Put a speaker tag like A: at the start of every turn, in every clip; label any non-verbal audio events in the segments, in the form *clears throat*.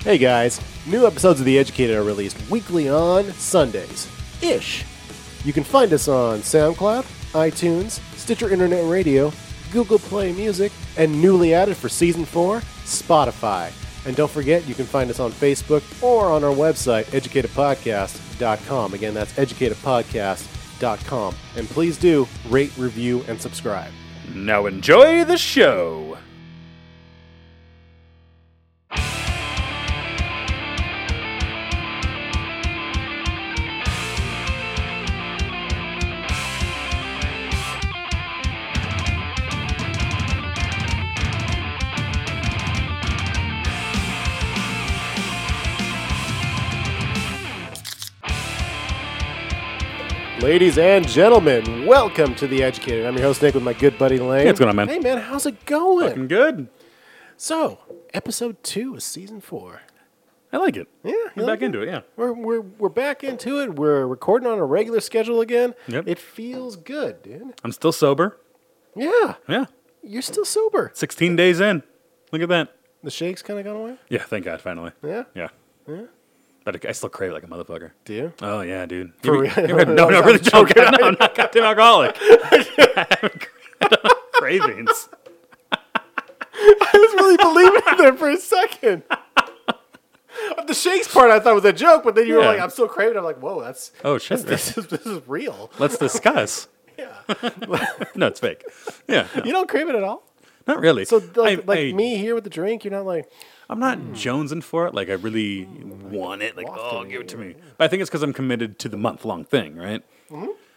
A: Hey guys, new episodes of The Educated are released weekly on Sundays ish. You can find us on SoundCloud, iTunes, Stitcher Internet Radio, Google Play Music, and newly added for season 4, Spotify. And don't forget, you can find us on Facebook or on our website, educatedpodcast.com. Again, that's educatedpodcast.com. And please do rate, review, and subscribe.
B: Now enjoy the show.
A: Ladies and gentlemen, welcome to The Educated. I'm your host, Nick, with my good buddy Lane.
B: Hey, what's going on, man?
A: Hey, man, how's it going?
B: Fucking good.
A: So, episode two of season four.
B: I like it.
A: Yeah, you
B: I'm
A: like
B: back
A: it?
B: into it. Yeah.
A: We're, we're, we're back into it. We're recording on a regular schedule again.
B: Yep.
A: It feels good, dude.
B: I'm still sober.
A: Yeah,
B: Yeah.
A: you're still sober.
B: 16 days in. Look at that.
A: The shake's kind of gone away.
B: Yeah. Thank God. Finally.
A: Yeah?
B: Yeah. But I still crave it like a motherfucker.
A: Do you?
B: Oh yeah, dude.
A: For
B: You-
A: real? *laughs*
B: you ever- no, no,
A: I'm
B: really joking. *laughs* No, I'm not goddamn alcoholic. I have *laughs* cravings.
A: *laughs* I was really believing it there for a
B: *laughs*
A: second. the shakes part I thought was a joke, but then you were
B: Yeah.
A: like, I'm still craving. it." I'm like, whoa, that's *laughs*
B: Oh shit.
A: this is this is real.
B: Let's discuss.
A: *laughs* Yeah.
B: *laughs* No, it's fake. Yeah. no,
A: you don't crave it at all.
B: not really.
A: So like,
B: I-
A: like
B: I-
A: me here with the drink, you're not like
B: I'm not jonesing for it. Like Hmm. Oh, I really want it. Like oh, give it to me. But I think it's because I'm committed to the month long thing, right?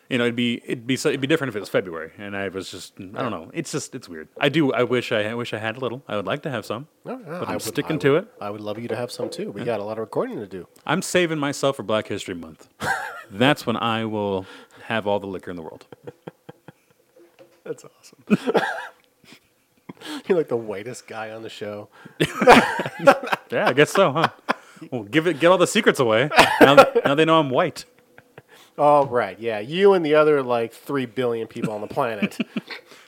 B: You know, it'd be it'd be so, it'd be different if it was February, and I was just I don't know. It's just it's weird. I do. I wish I, I wish I had a little. I would like to have some,
A: no, no,
B: but
A: Oh, I
B: I'm
A: would-
B: sticking
A: I
B: to
A: would-
B: it.
A: I would love you to have some too. We got a lot of recording to do.
B: I'm saving myself for Black History *laughs* Month. That's when I will have all the liquor in the world.
A: That's awesome. *laughs* You're like the whitest guy on the show.
B: Yeah, I guess so, *laughs* huh? Well, give it, get all the secrets away. Now, now they know I'm white.
A: All right, yeah, you and the other like three billion people on the
B: *laughs*
A: planet,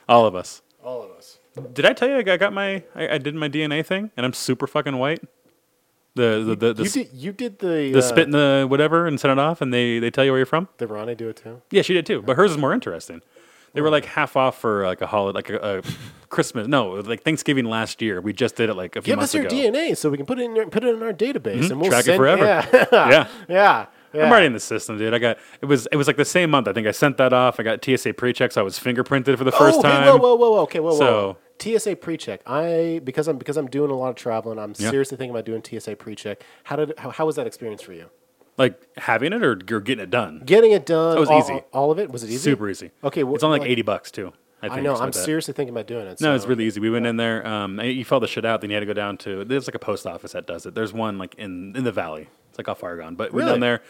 B: All of us.
A: all of us.
B: Did I tell you I got- I got my I, I did my DNA thing and I'm super fucking white? The the the, the,
A: You
B: s-
A: did, you did the
B: the
A: uh,
B: spit in the whatever and send it off and they they tell you where you're from.
A: Did Ronnie do it too?
B: Yeah, she did too, but hers is more interesting. They were like
A: Oh.
B: half off for like a holiday,
A: *laughs*
B: like a, a Christmas. No, it was like Thanksgiving last year. We just did it like a few
A: Give
B: months
A: us your
B: ago. Mm-hmm.
A: DNA so we can put it in your, put it in our database and we'll
B: Track it
A: send-
B: forever.
A: Yeah,
B: *laughs*
A: *laughs*
B: Yeah.
A: yeah, yeah.
B: I'm already in the system, dude. I got it was it was like the same month. I think I sent that off. I got TSA pre-checks. I was fingerprinted for the first
A: oh, hey,
B: time.
A: whoa, whoa, whoa, whoa. Okay, whoa, whoa.
B: So-
A: TSA pre-check. I because I'm because I'm doing a lot of traveling. I'm
B: Yeah.
A: seriously thinking about doing TSA pre-check. How did how, how was that experience for you?
B: Like having it or, or getting it done.
A: Getting it done.
B: That was
A: all,
B: easy.
A: All of it was it easy?
B: Super easy.
A: Okay, wh-
B: it's only like,
A: like-
B: 80 bucks too. I, think,
A: I
B: or
A: know.
B: something
A: I'm
B: like that.
A: seriously thinking about doing it.
B: No,
A: so-
B: it's really easy. We went in there. Um, and you fill the shit out, then you had to go down to. There's like a post office that does it. There's one like in in the valley. It's like off Oregon, but we're
A: Really?
B: down there.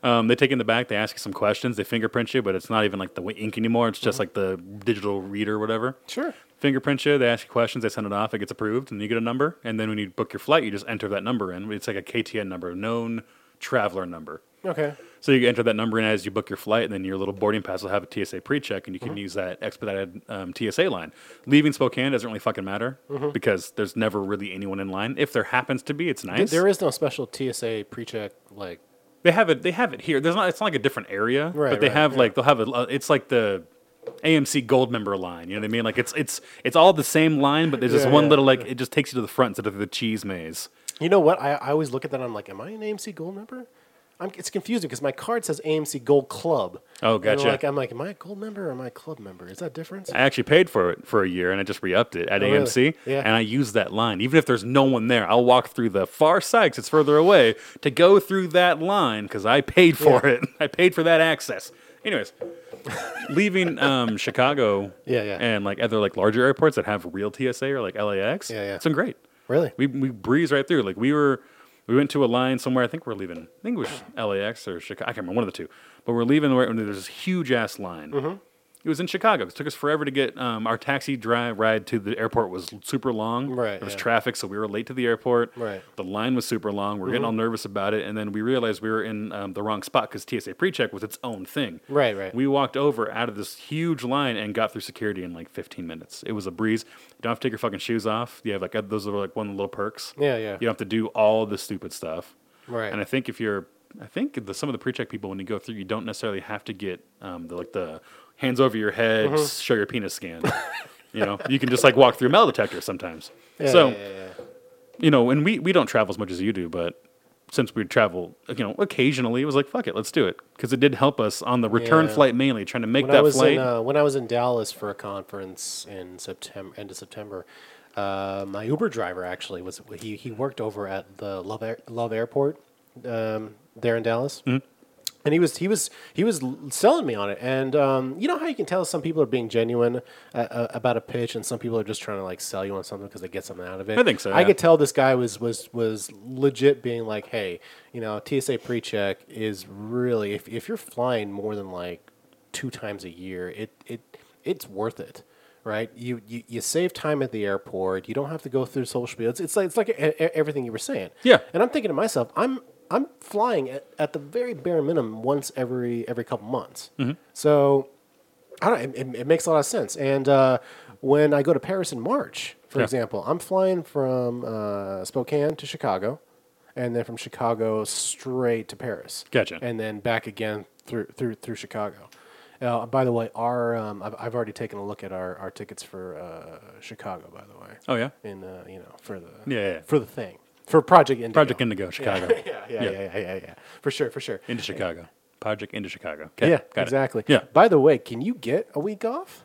B: Um, they take you in the back. They ask you some questions. They fingerprint you, but it's not even like the ink anymore. It's just
A: Mm-hmm.
B: like the digital reader, or whatever.
A: Sure.
B: Fingerprint you. They ask you questions. They send it off. It gets approved, and you get a number. And then when you book your flight, you just enter that number in. It's like a KTN number, known traveler number.
A: okay.
B: So you enter that number in as you book your flight, and then your little boarding pass will have a TSA pre-check, and you
A: Mm-hmm.
B: can use that expedited um, TSA line. Leaving Spokane doesn't really fucking matter
A: Mm-hmm.
B: because there's never really anyone in line. If there happens to be, it's nice.
A: There is no special TSA pre-check like
B: they have it. They have it here. There's not. It's not like a different area,
A: Right,
B: but they
A: right,
B: have
A: yeah.
B: like they'll have a. uh, It's like the AMC Gold member line. You know what I mean? Like it's it's it's all the same line, but there's this
A: Yeah,
B: one
A: yeah,
B: little like it just takes you to the front instead of the cheese maze.
A: You know what? I, I always look at that. and I'm like, am I an AMC Gold member? I'm, it's confusing because my card says AMC Gold Club.
B: Oh,
A: And I'm
B: gotcha.
A: Like, I'm like, am I a Gold member or am I a Club member? Is that a difference?
B: I actually paid for it for a year, and I just re-upped it at
A: Oh, really?
B: AMC,
A: Yeah.
B: and I use that line. Even if there's no one there, I'll walk through the far side 'cause it's further away to go through that line because I paid for
A: Yeah.
B: it. *laughs* I paid for that access. Anyways, leaving um, Chicago,
A: Yeah, yeah.
B: and like other like larger airports that have real TSA or like LAX,
A: Yeah, yeah.
B: it's been great.
A: Really?
B: We we breeze right through. Like we were, we went to a line somewhere. I think we're leaving. I
A: Mm-hmm.
B: think it was LAX or Chicago. I can't remember one of the two. But we're leaving. Where, and there's this huge ass line. It It was in Chicago. It took us forever to get um, our taxi dri ride to the airport was super long.
A: Right,
B: There was
A: yeah.
B: traffic, so we were late to the airport.
A: Right. Mm-hmm.
B: The line was super long. We were getting all nervous about it, and then we realized we were in um, the wrong spot because TSA PreCheck was its own thing.
A: Right, right.
B: We walked over out of this huge line and got through security in like 15 minutes. It was a breeze. You don't have to take your fucking shoes off. You have like those are like one of the little perks.
A: Yeah, yeah.
B: You don't have to do all the stupid stuff.
A: Right.
B: And I think if you're, I think the, some of the pre-check people when you go through, you don't necessarily have to get um, the like the hands over your head,
A: Mm-hmm.
B: show your penis scan. *laughs* you know, you can just like walk through a metal detector sometimes.
A: Yeah,
B: so
A: yeah, yeah, yeah.
B: you know, and we we don't travel as much as you do, but since we travel, you know, occasionally, it was like fuck it, let's do it because it did help us on the return
A: Yeah.
B: flight mainly trying to make
A: when I
B: that
A: was
B: flight.
A: in uh, when I was in Dallas for a conference in September, end of September, uh, my Uber driver actually was he he worked over at the Love Air, Love Airport um, there in Dallas.
B: Mm-hmm.
A: And he was he was he was l- selling me on it, and um, you know how you can tell some people are being genuine uh, uh, about a pitch, and some people are just trying to like sell you on something because they get something out of it.
B: I think so,
A: I
B: yeah.
A: could tell this guy was was was legit being like, hey, you know, TSA pre-check is really if if you're flying more than like two times a year, it it it's worth it. Right, you, you you save time at the airport. You don't have to go through social media. It's, it's like it's like e- e- everything you were saying.
B: Yeah.
A: and I'm thinking to myself, I'm I'm flying at, at the very bare minimum once every every couple months. So I don't. It, it makes a lot of sense. And uh, when I go to Paris in March, for
B: Yeah.
A: example, I'm flying from uh, Spokane to Chicago, and then from Chicago straight to Paris.
B: Gotcha.
A: And then back again through through through Chicago. Uh, by the way, our um, I've, I've already taken a look at our, our tickets for uh, Chicago. By the way,
B: oh yeah,
A: in uh, you know for the
B: Yeah, yeah, yeah.
A: for the thing for Project Indigo.
B: Project Indigo, Chicago.
A: *laughs* Yeah, yeah, yeah,
B: Yeah.
A: yeah, yeah, yeah. For sure, for sure.
B: into Chicago. Project into Chicago. 'Kay,
A: yeah,
B: got it.
A: exactly.
B: Yeah,
A: By the way, can you get a week off?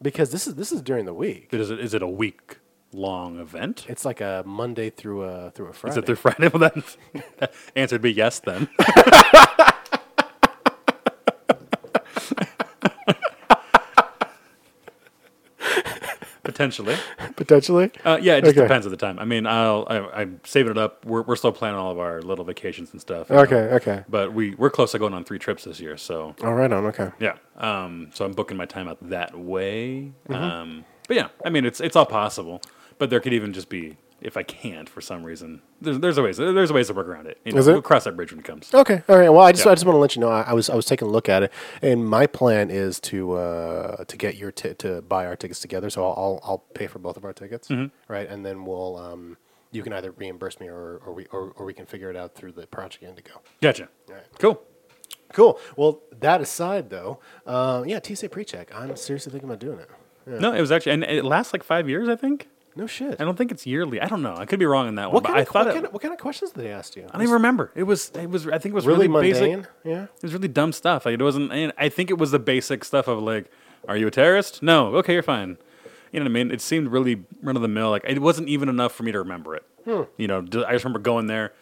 A: Because this is this is during the week.
B: But is it is it a week long event?
A: It's like a Monday through a through a Friday.
B: Is it through Friday? *laughs* Well, then that answer would be yes. Then *laughs* potentially.
A: potentially?
B: Uh, yeah, it just
A: Okay.
B: depends on the time. I mean, I'll I, I'm saving it up. We're we're still planning all of our little vacations and stuff. you know.
A: Okay, okay.
B: But we we're close to going on three trips this year, so
A: All right, on. Okay.
B: yeah. Um, so I'm booking my time out that way.
A: Mm-hmm.
B: Um, but yeah, I mean, it's it's all possible. But there could even just be if I can't for some reason. There's there's a ways there's ways to work around it. You know,
A: Is it?
B: We'll cross that bridge when it comes.
A: Okay. All right. Well, I just
B: Yeah.
A: I just want to let you know I, I was I was taking a look at it, and my plan is to uh, to get your ti to buy our tickets together. So I'll I'll, I'll pay for both of our tickets,
B: Mm-hmm.
A: right? And then we'll um, you can either reimburse me or or we or, or we can figure it out through the Project Indigo.
B: Gotcha.
A: All right.
B: Cool.
A: Cool. Well, that aside though, uh, yeah, TSA PreCheck. I'm seriously thinking about doing it. Yeah.
B: No, it was actually and it lasts like five years, I think.
A: No shit.
B: I don't think it's yearly. I don't know. I could be wrong on that one,
A: What
B: but
A: kind,
B: I
A: of,
B: thought
A: what,
B: it.
A: kind of, what kind of questions did they ask you?
B: I don't even remember. It was. It was. I think it was
A: really
B: really,
A: mundane.
B: basic.
A: Yeah.
B: It was really dumb stuff. Like it wasn't. And I think it was the basic stuff of like, are you a terrorist? No. Okay, you're fine. You know what I mean? It seemed really run of the mill. Like it wasn't even enough for me to remember it.
A: Hmm.
B: You know, d- I just remember going there.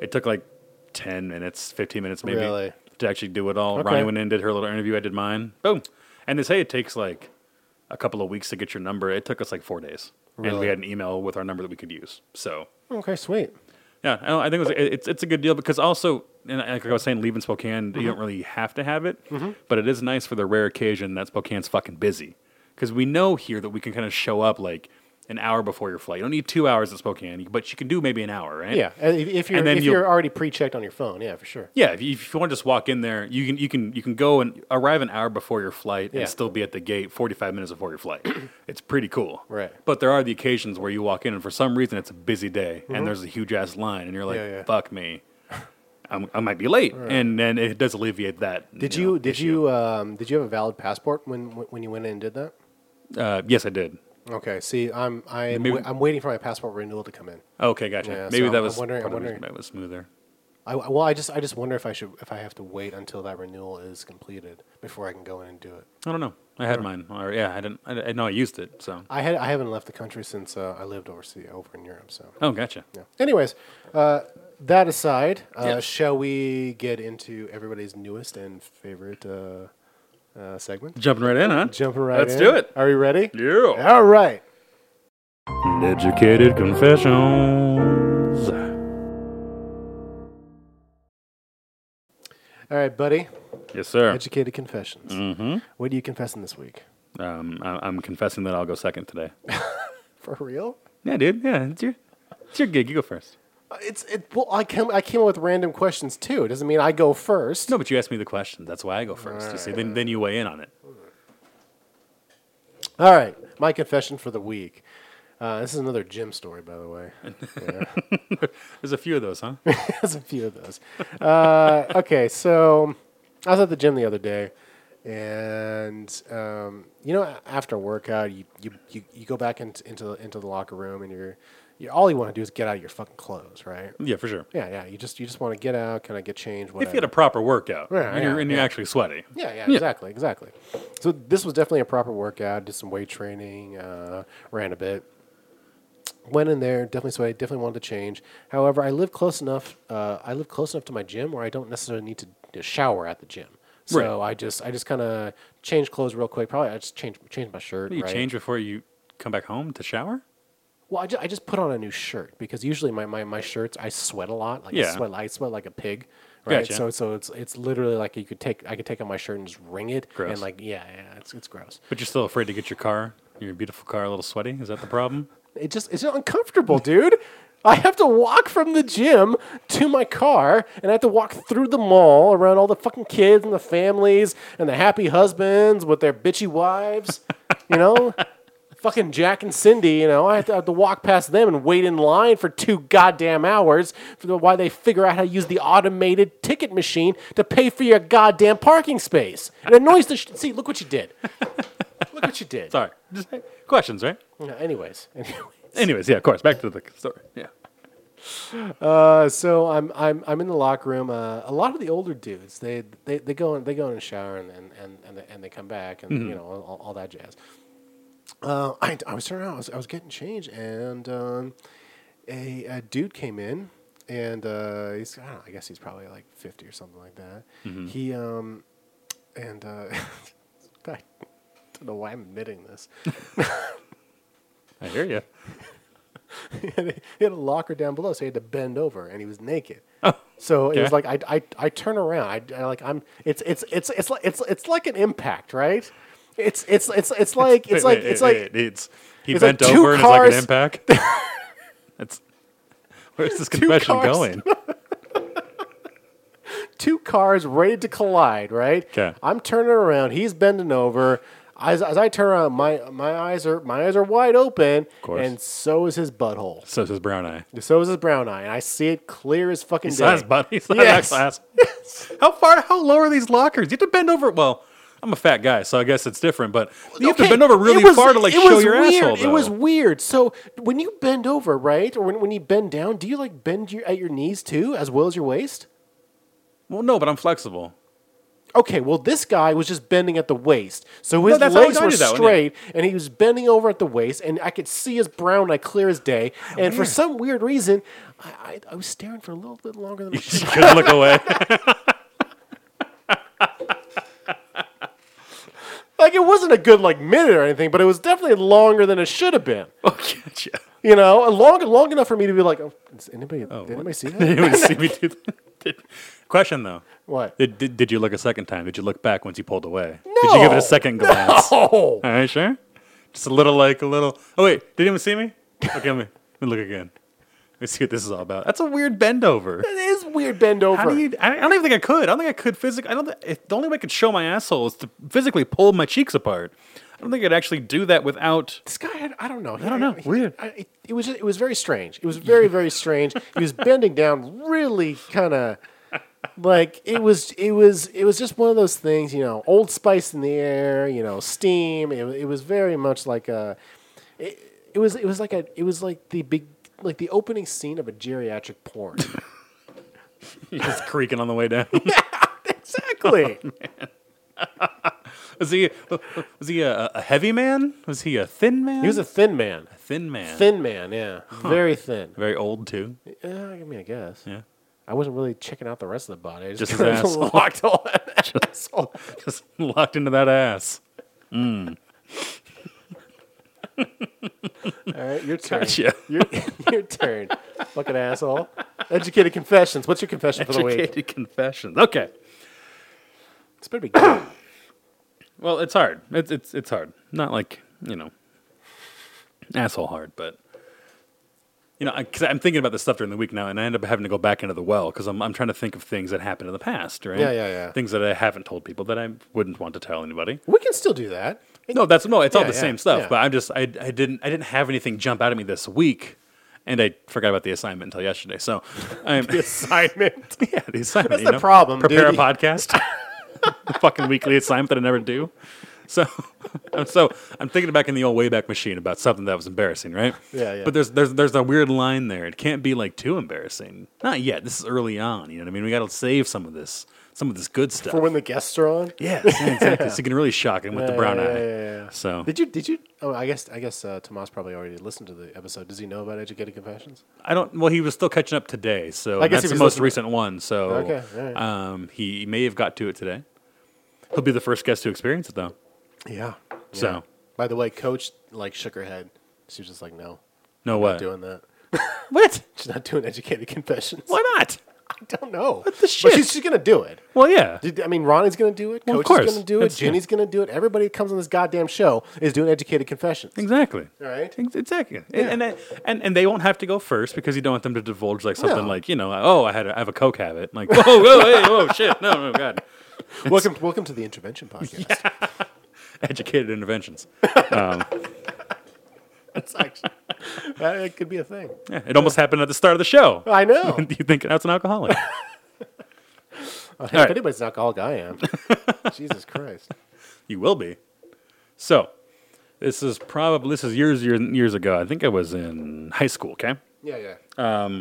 B: It took like ten minutes, fifteen minutes maybe
A: Really?
B: to actually do it all.
A: Okay.
B: Ronnie went in, did her little interview. I did mine. Boom. And they say it takes like a couple of weeks to get your number. It took us like four days, and
A: Really?
B: we had an email with our number that we could use. So
A: Okay. Sweet.
B: yeah, I, don't- I think it was, it- it's it's a good deal because also, and like I was saying, leaving Spokane, you don't really have to have it, but it is nice for the rare occasion that Spokane's fucking busy because we know here that we can kind of show up like an hour before your flight. You don't need two hours at Spokane, but you can do maybe an hour, right?
A: Yeah. and If, if you're
B: then
A: if
B: you'll-
A: you're already pre-checked on your phone, yeah, for sure.
B: Yeah, if you, if you want to just walk in there, you can you can you can go and arrive an hour before your flight
A: Yeah.
B: and still be at the gate 45 minutes before
A: *clears throat*
B: your flight. it's pretty cool.
A: Right.
B: But there are the occasions where you walk in and for some reason it's a busy day and there's a huge ass line and you're like,
A: Mm-hmm. Yeah, yeah.
B: "Fuck me. I'm, I might be late." And then it does alleviate that.
A: Did
B: know,
A: you did
B: issue.
A: you um, did you have a valid passport when when when you went in and did that?
B: Uh, yes, I did.
A: Okay. See, I'm I'm
B: Maybe-
A: wa- I'm waiting for my passport renewal to come in.
B: Okay, gotcha.
A: Yeah,
B: Maybe
A: so
B: that
A: I'm
B: was
A: wondering-
B: part
A: I'm
B: of the reason
A: wondering-
B: why it was smoother.
A: I well, I just I just wonder if I should if I have to wait until that renewal is completed before I can go in and do it.
B: I don't know. I had mine. Or yeah, I didn't I, I know I used it, so.
A: I had I haven't left the country since uh, I lived overseas over in Europe. So,
B: Oh, gotcha.
A: yeah. anyways, uh, that aside, uh,
B: Yeah.
A: shall we get into everybody's newest and favorite uh, uh, segment?
B: Jumping right in, huh?
A: Jumping right
B: Let's
A: in.
B: do it.
A: Are you ready?
B: Yeah.
A: All right.
B: Educated Confessions.
A: All right, buddy.
B: Yes, sir.
A: Educated confessions. Mm-hmm. What are you confessing this week?
B: Um, I, I'm confessing that I'll go second today.
A: For real?
B: yeah, dude. Yeah, it's your, it's your gig. You go first.
A: Uh, It's it. Well, I came I came up with random questions too. It doesn't mean I go first.
B: No, but you asked me the question. That's why I go first. You see, then, then you weigh in on it.
A: All right, my confession for the week. Uh, this is another gym story, by the way. Yeah.
B: There's a few of *laughs* those, huh?
A: *laughs* There's a few of those. Uh, okay, so I was at the gym the other day, and um, you know, after a workout, you you, you, you go back into into the, into the locker room, and you're, you're all you want to do is get out of your fucking clothes, right?
B: yeah, for sure.
A: Yeah, yeah. You just you just want to get out, kind of get changed. Whatever.
B: Mm. If you had a proper workout
A: Yeah,
B: and, you're,
A: yeah,
B: and you're actually sweaty.
A: Yeah, yeah, exactly, exactly. So this was definitely a proper workout. Did some weight training, uh, ran a bit. Went in there, definitely sweaty, definitely wanted to change. However, I live close enough. Uh, I live close enough to my gym where I don't necessarily need to, to shower at the gym. So I just I just kind of change clothes real quick. Probably I just change change my shirt.
B: Do you
A: right?
B: change before you come back home to shower?
A: Well, I just, I just put on a new shirt because usually my, my, my shirts I sweat a lot. Like I
B: Yeah.
A: sweat I sweat like a pig. Right.
B: Gotcha.
A: So so it's it's literally like you could take I could take on my shirt and just wring it. And
B: Gross.
A: like yeah, yeah, it's it's gross.
B: But you're still afraid to get your car, your beautiful car, a little sweaty. Is that the problem?
A: It just it's uncomfortable, dude. I have to walk from the gym to my car, and I have to walk through the mall around all the fucking kids and the families and the happy husbands with their bitchy wives, *laughs* you know. Fucking Jack and Cindy, you know, I have, to, I have to walk past them and wait in line for two goddamn hours for the, why they figure out how to use the automated ticket machine to pay for your goddamn parking space. It annoys the sh- see. Look what you did. Look what you did.
B: *laughs* Sorry. Just questions, right?
A: Yeah, anyways, anyway.
B: Anyways, yeah, of course. Back to the story. Yeah.
A: Uh, so I'm I'm I'm in the locker room. Uh, a lot of the older dudes they they, they go in, they go in and shower and and and, and, they, and they come back and you know all, all that jazz. Uh, I I was turning around. I was, I was getting changed and um, a, a dude came in and uh, he's I don't know. I guess he's probably like fifty or something like that. He um and uh, *laughs* I don't know why I'm admitting this.
B: I hear you.
A: *laughs* he had a- he had a locker down below, so he had to bend over, and he was
B: *laughs*
A: naked. So it was
B: Oh, okay.
A: like I, I, I turn around, I, I like I'm it's it's it's it's like it's it's like an impact, right? It's it's it's it's like it's like it's like
B: it's he
A: it's like
B: bent
A: two
B: over and it's like an
A: cars- *laughs*
B: impact. That's where's this confession
A: cars.
B: going?
A: two cars ready to collide, right?
B: 'Kay.
A: I'm turning around, he's bending over. As, as I turn around, my my eyes are my eyes are wide open,
B: course.
A: and so is his butthole.
B: So says brown eye.
A: So is his brown eye, and I see it clear as fucking day.
B: Size buddy. Size
A: Yes.
B: class.
A: *laughs*
B: How far? How low are these lockers? You have to bend over. Well, I'm a fat guy, so I guess it's different. But you have to
A: Okay,
B: bend over really
A: it was-
B: far to like
A: it
B: show
A: was
B: your
A: weird.
B: asshole. Though.
A: It was weird. So when you bend over, right, or when, when you bend down, do you like bend your, at your knees too, as well as your waist?
B: well, no, but
A: *laughs*
B: I'm flexible. *laughs*
A: Okay, well, this guy was just bending at the waist, so his
B: that's how
A: legs
B: I
A: were
B: did that one, yeah.
A: straight, and he was bending over at the waist, and I could see his brown eye clear as day. and for
B: weird.
A: some weird reason, I, I, I was staring for a little bit longer
B: *laughs*
A: than I should.
B: You couldn't look away.
A: *laughs* like it wasn't a good like minute or anything, but it was definitely longer than it should have been.
B: oh, *laughs* gotcha.
A: You know, and long long enough for me to be like, oh, does anybody? did anybody
B: *laughs*
A: see that?
B: Anyone see me do that? Question though.
A: What?
B: Did, did, did you look a second time? Did you look back once you pulled away? Did you give it
A: No.
B: a second glance?
A: Oh.
B: All right, sure. Just a little, like a little. Oh wait, did anyone see me? Okay, let me, let me look again. Let's see what this is all about. That's a weird bend over.
A: It is weird bend over.
B: How do you? I I don't even think I could. I don't think I could physically. I don't. Think, if the only way I could show my asshole is to physically pull my cheeks apart. I don't think I'd actually do that without.
A: this guy had, I don't know. I
B: don't know. Weird.
A: I, it, it was it was very strange. *laughs* It was very very strange. He was bending down, really kind of like it was it was it was just one of those things. You know, Old Spice in the air. You know, steam. It, wa- it was very much like a. It, it was it was like a it was like the big like the opening scene of a geriatric porn. *laughs*
B: Just creaking on the way down. *laughs*
A: exactly.
B: Was he? Was he a, a heavy man? Was he a thin man?
A: He was a thin *laughs* man.
B: thin man.
A: Thin man. Yeah. Very thin.
B: Very old too.
A: Yeah, I mean, I guess.
B: Yeah. *laughs*
A: I wasn't really checking out the rest of the body. I *laughs* just,
B: Just his
A: kinda
B: asshole.
A: locked all
B: *laughs*
A: that *laughs* asshole.
B: Just locked into that ass.
A: All right, your turn.
B: Gotcha.
A: *laughs* Your, your turn. Fucking asshole. Educated confessions. What's your confession for the week?
B: Educated confessions. Okay.
A: It's better be good. *coughs*
B: Well, it's hard. It's it's it's hard. Not like you know, asshole hard, but you know, because I'm thinking about this stuff during the week now, and I end up having to go back into the well because I'm I'm trying to think of things that happened in the past, right?
A: Yeah, yeah, yeah.
B: Things that I haven't told people that I wouldn't want to tell anybody.
A: we can still do that.
B: No, that's no. It's all
A: Yeah,
B: the
A: yeah,
B: same stuff.
A: yeah.
B: But I'm just I I didn't I didn't have anything jump out at me this week, and I forgot about the assignment until yesterday. So
A: *laughs*
B: I'm
A: Assignment.
B: *laughs* yeah the assignment.
A: That's
B: you
A: the
B: know?
A: problem,
B: Prepare
A: dude.
B: a podcast. *laughs* the fucking weekly assignment that I never do. So *laughs* I'm so I'm thinking back in the old Wayback Machine about something that was embarrassing, right?
A: Yeah, yeah.
B: But there's there's there's a weird line there. It can't be like too embarrassing. Not yet. This is early on. You know what I mean? We got to save some of this some of this good stuff.
A: For when the guests are on.
B: yeah, exactly. So you can really shock him with
A: *laughs*
B: the
A: Yeah,
B: brown
A: yeah,
B: eye.
A: yeah, yeah, yeah.
B: So
A: Did you? Did you? Oh, I guess. I guess uh, Tomas probably already listened to the episode. Does he know about Educated Confessions?
B: I don't. Well, he was still catching up today, so
A: I guess
B: that's
A: he
B: the
A: was
B: most
A: listening-
B: recent one. So
A: Okay, all right.
B: um, he may have got to it today. He'll be the first guest to experience it, though.
A: Yeah.
B: So.
A: By the way, Coach like shook her head. She was just like, "No,
B: No
A: not
B: way.
A: doing that.
B: What?
A: She's not doing Educated Confessions.
B: Why not?
A: *laughs* I don't know. What
B: the shit?
A: But she's, she's gonna do it.
B: Well, yeah.
A: Did- I mean, Ronnie's going to do it.
B: Well, of
A: Coach is
B: course.
A: going to do it.
B: That's-
A: Ginny's going to do it. Everybody that comes on this goddamn show is doing educated confessions.
B: Exactly.
A: Right?
B: Ex- Exactly. And- And, I- and and they won't have to go first because you don't want them to divulge like something
A: No.
B: like you know oh I had a, I have a coke habit
A: *laughs*
B: like whoa whoa hey, whoa shit no no god
A: Welcome, welcome to the intervention podcast. *laughs*
B: educated interventions
A: That's actually that it could be a thing.
B: yeah, it almost happened at the start of the show *laughs*
A: I know.
B: you think that's an alcoholic
A: If
B: right.
A: anybody's an alcoholic, I
B: *laughs*
A: am. Jesus Christ.
B: you will be so this is probably this is years years years ago I think I was in high school okay
A: Yeah, yeah.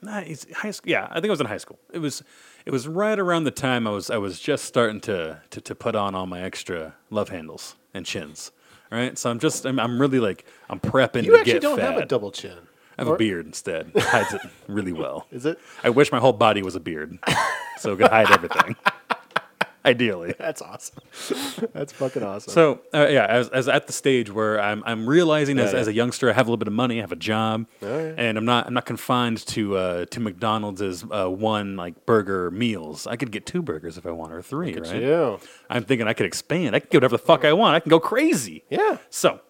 B: Nah, it's high school. Yeah, I think I was in high school. It was it was right around the time I was I was just starting to to, to put on all my extra love handles and chins. Right, so I'm just I'm, I'm really like I'm prepping
A: you
B: to
A: actually
B: get
A: don't
B: fat.
A: have a double chin.
B: I have a beard
A: *laughs*
B: instead. It hides it really well.
A: Is it?
B: I wish my whole body was a beard, so it could
A: *laughs*
B: hide everything. Ideally.
A: That's awesome. *laughs* That's fucking awesome.
B: So uh, yeah, I was, I was at the stage where I'm I'm realizing as,
A: yeah. Oh,
B: as a youngster, I have a little bit of money, I have a job,
A: right.
B: and I'm not I'm not confined to uh, to McDonald's as uh, one like burger meals. I could get two burgers if I want or three, right?
A: yeah.
B: I'm thinking I could expand. I can get whatever the fuck I want. I can go crazy.
A: Yeah.
B: So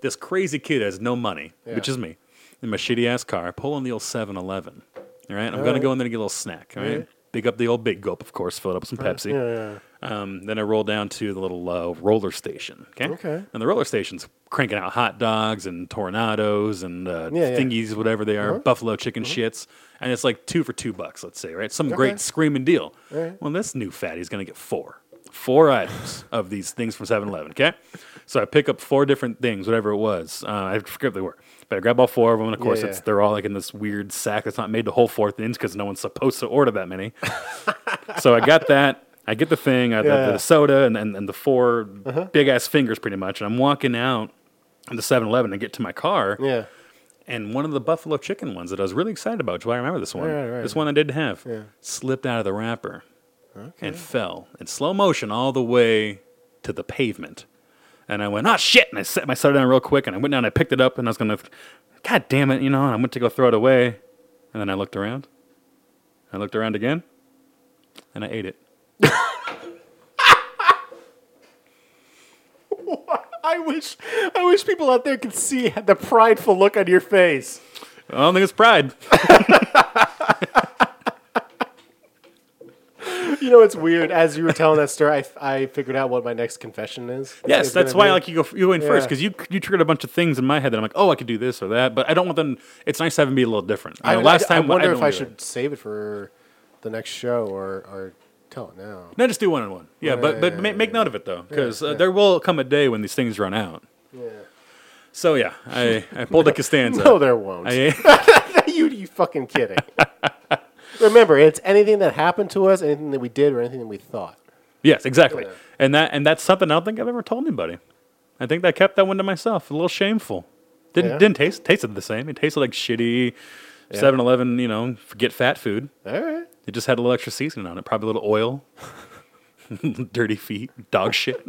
B: this crazy kid has no money,
A: Yeah.
B: which is me, in my shitty ass car, pulling the old 7-Eleven. All right, I'm gonna
A: right.
B: go in there and get a little snack. All right, big up the old big gulp, of course. Fill it up with some Pepsi.
A: Yeah, yeah.
B: Um, then I roll down to the little uh, roller station. Okay.
A: Okay.
B: And the roller station's cranking out hot dogs and tornadoes and uh,
A: Yeah, Uh-huh. yeah.
B: thingies, whatever they are, buffalo chicken shits. And it's like two for two bucks, let's say, right? Some great screaming deal.
A: Alright.
B: Well, this new fatty's going to get four. Four items of these things from 7 Eleven, okay? So I pick up four different things, whatever it was. Uh, I forget what they were. But I grab all four of them, and of course,
A: Yeah,
B: it's,
A: yeah.
B: they're all like in this weird sack that's not made to hold four things because no one's supposed to order that many. So I got that. I get the thing, I
A: Yeah. Uh-huh.
B: the, the soda and, and, and the 4 big ass fingers pretty much. And I'm walking out of the 7 Eleven and get to my car.
A: Yeah.
B: And one of the buffalo chicken ones that I was really excited about, which is why I remember this one.
A: Right, right.
B: This one I didn't have. Slipped out of the wrapper and fell in slow motion all the way to the pavement. And I went, ah, shit. And I set my soda down real quick and I went down and I picked it up and I was going to, God damn it, you know, and I went to go throw it away. And then I looked around. I looked around again and I ate it.
A: I wish I wish people out there could see the prideful look on your face.
B: I don't think it's pride.
A: You know, it's weird. As you were telling that story, I, f- I figured out what my next confession is.
B: Yes,
A: It's
B: that's
A: gonna
B: why
A: be-
B: like you go you went first
A: Yeah.
B: because you you triggered a bunch of things in my head that I'm like, oh, I could do this or that, but I don't want them. It's nice to have them be a little different. You know, last time
A: I wonder
B: don't
A: if I
B: do
A: should save it for the next show or or tell it now.
B: *laughs* that. No, just do one on one. Yeah, but but ma- make note of it though, because uh, there will come a day when these things run out.
A: Yeah.
B: So yeah, I I pulled a Costanza.
A: *laughs* No, there won't. *laughs*
B: I, *laughs*
A: you you fucking kidding? Remember, it's anything that happened to us, anything that we did, or anything that we thought.
B: yes, exactly,
A: Yeah.
B: and that and that's something I don't think I've ever told anybody. I think I kept that one to myself. A little shameful. Didn't
A: Yeah.
B: didn't taste tasted the same. It tasted like shitty. 7-Eleven, you know, get fat food.
A: All right.
B: It just had a little extra seasoning on it, probably a little oil, *laughs* dirty feet, dog shit.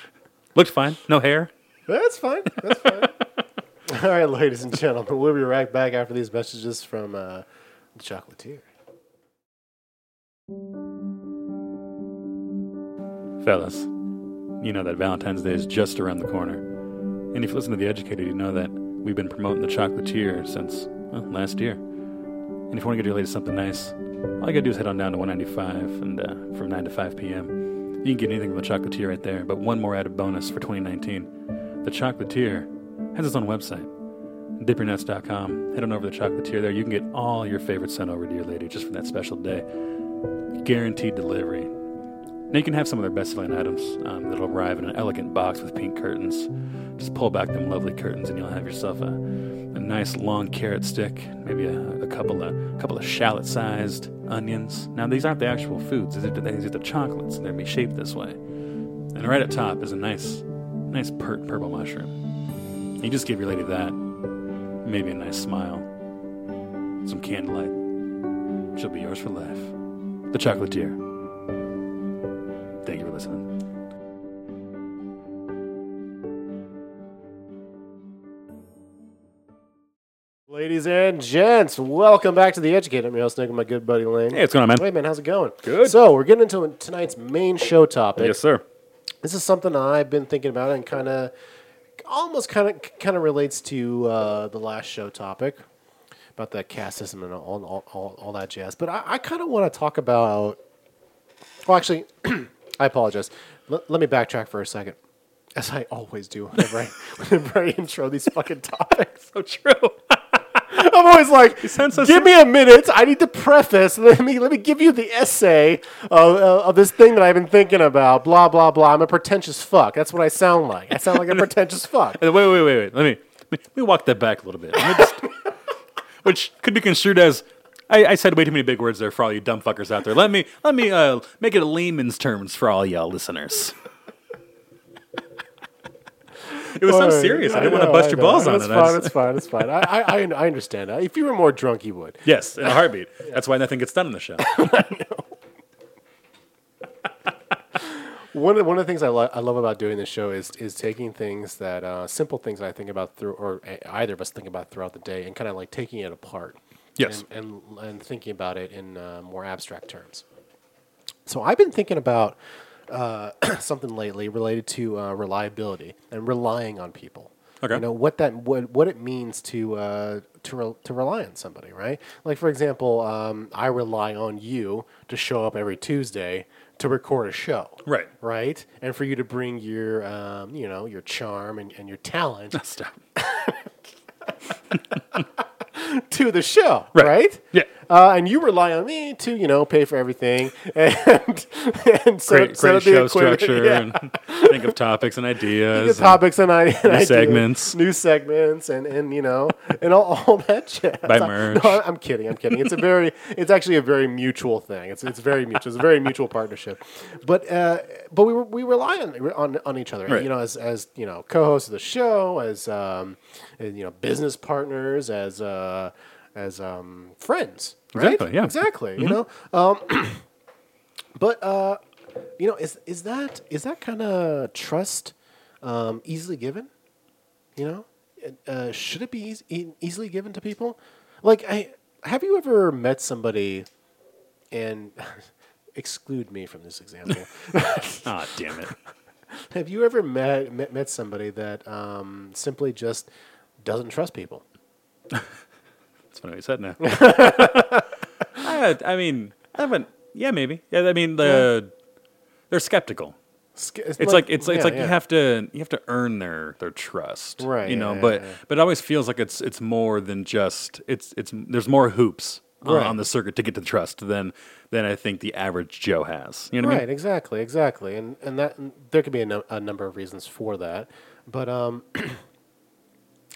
B: *laughs* Looked fine, no hair.
A: That's fine. That's fine. *laughs* All right, ladies and gentlemen, we'll be right back after these messages from uh, the chocolatier.
B: fellas, you know that Valentine's Day is just around the corner. And if you listen to The Educated, you know that we've been promoting the chocolatier since well, last year. And if you want to get your ladies something nice, all you gotta do is head on down to 195 and uh, from 9 to 5 p.m. You can get anything from the chocolatier right there, but one more added bonus for 2019. The chocolatier has its own website, dipyournuts.com. Head on over to the chocolatier there. You can get all your favorites sent over to your lady just for that special day. Guaranteed delivery. Now you can have some of their best selling items um, that'll arrive in an elegant box with pink curtains. Just pull back them lovely curtains and you'll have yourself a, a nice long carrot stick, maybe a, a couple of couple of shallot sized onions. Now these aren't the actual foods, these are the, these are the chocolates, and they're be shaped this way. And right up top is a nice, nice pert purple mushroom. You just give your lady that, maybe a nice smile, some candlelight. She'll be yours for life. The Chocolatier. Thank you for listening.
A: Ladies and gents, welcome back to the Educate. I'm your host, Nick, and my good buddy Lane.
B: Hey, what's going on, man?
A: Hey man, how's it going?
B: Good.
A: So we're getting into tonight's main show topic.
B: Yes, sir.
A: This is something I've been thinking about and kind of, almost kind of, kind of relates to uh, the last show topic about the casteism and all, all, all, all that jazz. But I, I kind of want to talk about. Well, actually, *clears throat* I apologize. L- let me backtrack for a second, as I always do whenever I, *laughs* whenever I intro these fucking topics.
B: So *laughs* true.
A: *laughs* I'm always like,
B: sound so
A: give me a minute. I need to preface. Let me let me give you the essay of, uh, of, of this thing that I've been thinking about. Blah blah blah. I'm a pretentious fuck. That's what I sound like. I sound
B: *laughs*
A: like a pretentious fuck.
B: wait, wait, wait, wait. Let me let me walk that back a little bit. Let me
A: *laughs*
B: just- which could be construed as I, I said way too many big words there for all you dumb fuckers out there. Let me let me uh, make it a layman's terms for all y'all listeners. *laughs* it was so
A: Alright.
B: serious. I didn't want
A: know,
B: to bust
A: I
B: your
A: know.
B: balls on
A: It's
B: it. I
A: Fine,
B: just-
A: it's fine. It's fine. I, I, I, I understand that. If you were more drunk, you would.
B: yes, in
A: *laughs*
B: a heartbeat. That's why nothing gets done on the show.
A: One of, one of the things I, lo- I love about doing this show is is taking things that uh, simple things that I think about through or e- either of us think about throughout the day and kind of like taking it apart.
B: Yes.
A: And and, and thinking about it in uh, more abstract terms. So I've been thinking about uh, *clears throat* something lately related to uh, reliability and relying on people.
B: Okay.
A: You know what that what, what it means to uh, to re- to rely on somebody, right? Like for example, um, I rely on you to show up every Tuesday to record a show,
B: Right.
A: Right, and for you to bring your um, you know your charm and, and your talent *laughs*
B: Stop.
A: to the show,
B: Right.
A: right?
B: Yeah.
A: Uh, and you rely on me to, you know, pay for everything *laughs* and and set,
B: Great,
A: up- set
B: great
A: up the
B: show
A: equipment. *laughs*
B: structure
A: Yeah.
B: and think of topics and ideas.
A: the
B: and-
A: topics and, I, *laughs* and ideas,
B: segments.
A: new segments, and and you know, and all, all that
B: *laughs*
A: jazz.
B: Buy
A: I-
B: merch.
A: no, I- I'm kidding. I'm kidding. It's a very, it's actually a very mutual thing. It's it's very mutual. It's a very mutual partnership. But uh, but we re- we rely on on, on each other.
B: Right.
A: You know, as as you know, co-hosts of the show, as um, and, you know, business partners, as uh, as um, friends. Right?
B: Exactly, yeah. Mm-hmm.
A: Exactly. You know. Um, *clears throat* but uh, you know, is is that is that kind of trust um, easily given? You know, uh, should it be eas- e- easily given to people? Like, I have you ever met somebody and *laughs* exclude me from this
B: *laughs*
A: example?
B: Ah, damn it.
A: have you ever met met, met somebody that um, simply just doesn't trust people?
B: That's what I said now.
A: *laughs*
B: I, I mean, I haven't. Yeah, maybe. Yeah, I mean, the, they're skeptical.
A: Sca-
B: It's like, it's it's
A: yeah,
B: like you
A: yeah.
B: have to you have to earn their their trust,
A: Right,
B: You know,
A: yeah,
B: but
A: yeah, yeah.
B: but it always feels like it's it's more than just it's it's there's more hoops on,
A: Right.
B: on the circuit to get to trust than than I think the average Joe has. You know what
A: right,
B: I mean?
A: exactly, exactly, and and that and there could be a, num a number of reasons for that, but um, *clears throat*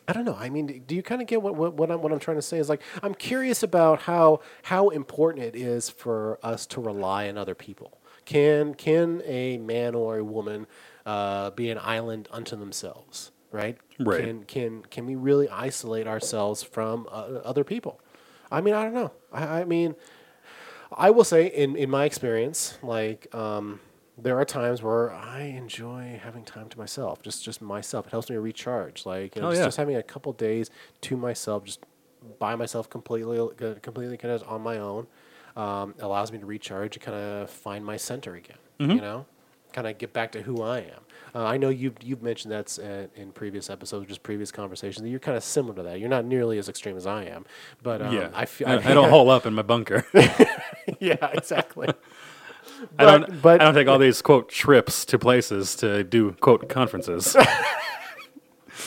A: I don't know. I mean, do you kind of get what what, what I'm what I'm trying to say? Is like I'm curious about how how important it is for us to rely on other people. Can can a man or a woman uh, be an island unto themselves? Right.
B: Right.
A: Can can can we really isolate ourselves from uh, other people? I mean, I don't know. I, I mean. I will say, in, in my experience, like um, there are times where I enjoy having time to myself, just just myself. It helps me recharge. Like you know,
B: Oh,
A: just,
B: yeah.
A: just having a couple days to myself, just by myself, completely uh, completely kind of
B: Mm-hmm.
A: on my own, um, allows me to recharge and kind of find my center again. You know, kind of get back to who I am. Uh, I know you've you've mentioned that in previous episodes, just previous conversations. That you're kind of similar to that. You're not nearly as extreme as I am, but um,
B: yeah,
A: I feel
B: I,
A: *laughs*
B: I don't hole up in my bunker.
A: yeah, exactly.
B: *laughs*
A: But-
B: I don't.
A: but-
B: I don't take all these quote trips to places to do
A: *laughs*
B: quote conferences,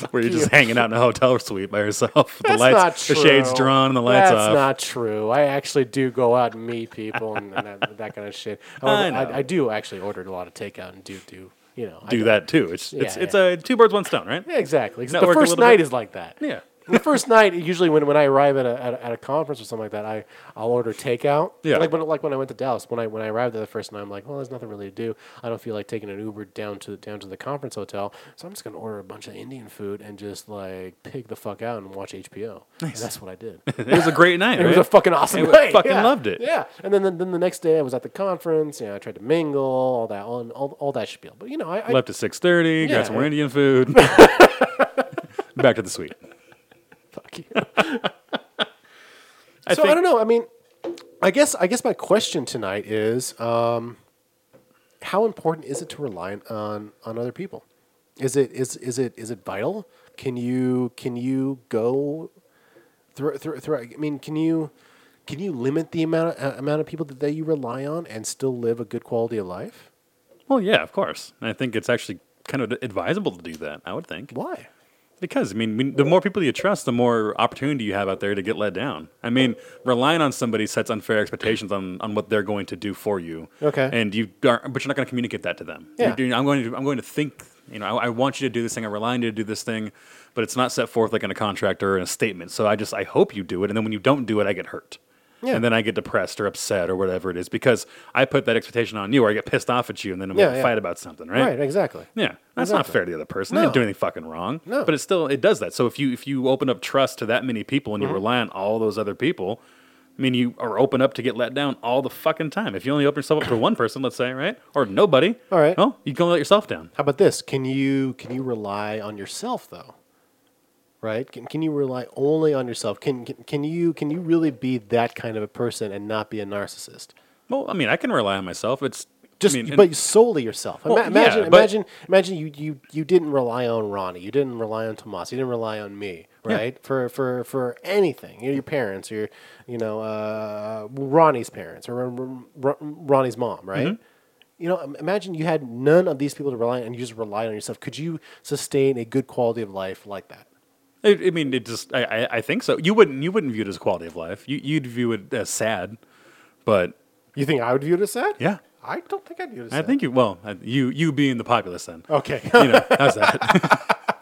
B: where you're just
A: you.
B: hanging out in a hotel suite by yourself. With the
A: That's
B: lights,
A: not true.
B: the shades drawn, and the lights
A: That's
B: off.
A: not true. I actually do go out and meet people and, and that, that kind of
B: *laughs*
A: shit. However, I,
B: know.
A: I, do actually order a lot of takeout and do do you know I
B: do that too. It's it's
A: Yeah,
B: it's
A: yeah.
B: a two birds one stone, right?
A: Yeah, exactly. The
B: Network a
A: first
B: little
A: night
B: bit.
A: is like that.
B: Yeah.
A: the first night, usually when, when I arrive at a, at a at a conference or something like that, I I'll order takeout.
B: Yeah.
A: Like when like when I went to Dallas, when I when I arrived there the first night, I'm like, well, there's nothing really to do. I don't feel like taking an Uber down to down to the conference hotel, so I'm just gonna order a bunch of Indian food and just like pig the fuck out and watch HBO. And that's what I
B: *laughs*
A: did.
B: It was a great night.
A: It was
B: right?
A: a fucking awesome
B: I
A: night.
B: fucking
A: yeah.
B: loved it.
A: Yeah. And then, then then the next day I was at the conference. You know, I tried to mingle, all that, all all, all that spiel. But you know, I, I
B: Left at six thirty.
A: Yeah.
B: Got some more Indian food.
A: *laughs*
B: Back to the suite.
A: fuck you.
B: *laughs* I
A: so
B: think
A: I don't know. I mean, I guess I guess my question tonight is, um, how important is it to rely on on other people? Is it is is it is it vital? Can you can you go through through, through I mean, can you can you limit the amount of, uh, amount of people that, that you rely on and still live a good quality of life?
B: Well, yeah, of course. And I think it's actually kind of advisable to do that. I would think
A: Why?
B: because I mean, when- the more people you trust, the more opportunity you have out there to get let down. I mean, relying on somebody sets unfair expectations on, on what they're going to do for you.
A: Okay.
B: and you are, but you're not going to communicate that to them.
A: Yeah.
B: You're doing- I'm going to I'm going to think. You know, I, I want you to do this thing. I rely on you to do this thing, but it's not set forth like in a contract or in a statement. So I just I hope you do it, and then when you don't do it, I get hurt.
A: Yeah.
B: And then I get depressed or upset or whatever it is because I put that expectation on you, or I get pissed off at you, and then we
A: Yeah, yeah.
B: fight about something,
A: Right. exactly.
B: yeah, that's not
A: Exactly.
B: fair to the other person. They
A: No.
B: didn't do anything fucking wrong.
A: No.
B: but it still it does that. So if you if you open up trust to that many people and you
A: Mm-hmm.
B: rely on all those other people, I mean, you are open up to get let down all the fucking time. If you only open yourself up to one person, let's say, right, or nobody,
A: All right.
B: well, you can let yourself down.
A: How about this? Can you can you rely on yourself though? Right? Can can you rely only on yourself? Can can, can you can you really be that kind of a person and not be a narcissist?
B: Well, I mean, I can rely on myself. It's
A: Just
B: I mean, and-
A: but solely yourself. Ima-
B: Well, yeah,
A: imagine
B: but-
A: imagine imagine you, you you didn't rely on Ronnie, you didn't rely on Tomas, you didn't rely on me,
B: Yeah.
A: right? For for for anything. You know, your parents, your you know, uh, Ronnie's parents or Ron- Ron- Ronnie's mom, right?
B: Mm-hmm.
A: You know, im- imagine you had none of these people to rely on, and you just relied on yourself. Could you sustain a good quality of life like that?
B: I, I mean, it just I, I I think so. You wouldn't you wouldn't view it as quality of life. You you'd view it as sad, but
A: You think I would view it as sad?
B: yeah,
A: I don't think I'd view it as
B: I
A: sad.
B: think you well I- you you being the populace then.
A: Okay.
B: *laughs* you know, how's that?
A: *laughs*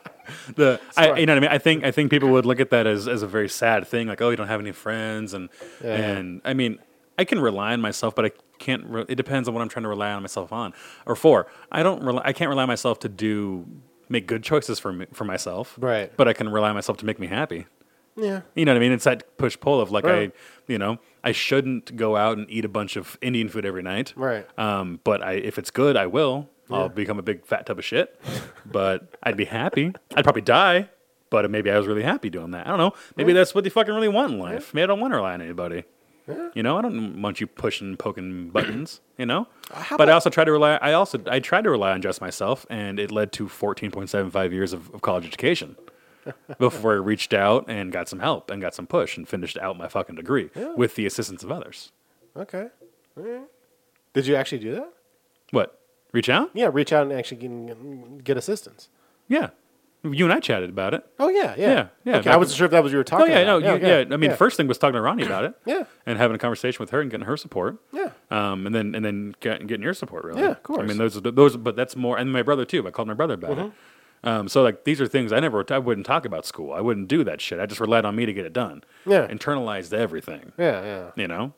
B: the I, you know what I mean. I think I think people would look at that as, as a very sad thing, like oh, you don't have any friends, and
A: Yeah.
B: and I mean, I can rely on myself, but I can't. Re- it depends on what I'm trying to rely on myself on or for. I don't. Rely, I can't rely on myself to do make good choices for me, for myself.
A: Right.
B: But I can rely on myself to make me happy.
A: yeah.
B: You know what I mean? It's that push pull of like
A: Right.
B: I, you know, I shouldn't go out and eat a bunch of Indian food every night.
A: Right.
B: Um, but I, if it's good, I will.
A: Yeah.
B: I'll become a big fat tub of shit. but I'd be happy. I'd probably die. But maybe I was really happy doing that. I don't know. Maybe that's what they fucking really want in life. Maybe I don't want to rely on anybody. You know, I don't want you pushing, poking buttons.
A: *clears throat*
B: You know,
A: Uh, how
B: but I also try to rely. I also I tried to rely on just myself, and it led to fourteen point seven five years of, of college
A: *laughs*
B: education before I reached out and got some help and got some push and finished out my fucking degree with the assistance of others.
A: Okay. All right. Did you actually do that?
B: What? Reach out?
A: Yeah, reach out and actually get, get assistance.
B: Yeah. You and I chatted about it.
A: Oh yeah, yeah,
B: Yeah, yeah,
A: Okay,
B: back-
A: I wasn't sure if that was what you were
B: Oh
A: talking.
B: yeah, no,
A: about.
B: you, yeah,
A: okay,
B: I mean, first thing was talking to Ronnie about it.
A: Yeah.
B: And having a conversation with her and getting her support.
A: yeah,
B: Um, and then and then get, getting your support really.
A: Yeah, of course.
B: I mean those are the- those, but that's more. And my brother too. I called my brother about it.
A: Mm-hmm.
B: Um, so like these are things I never I wouldn't talk about school. I wouldn't do that shit. I just relied on me to get it done.
A: Yeah.
B: Internalized everything.
A: yeah, yeah.
B: You know.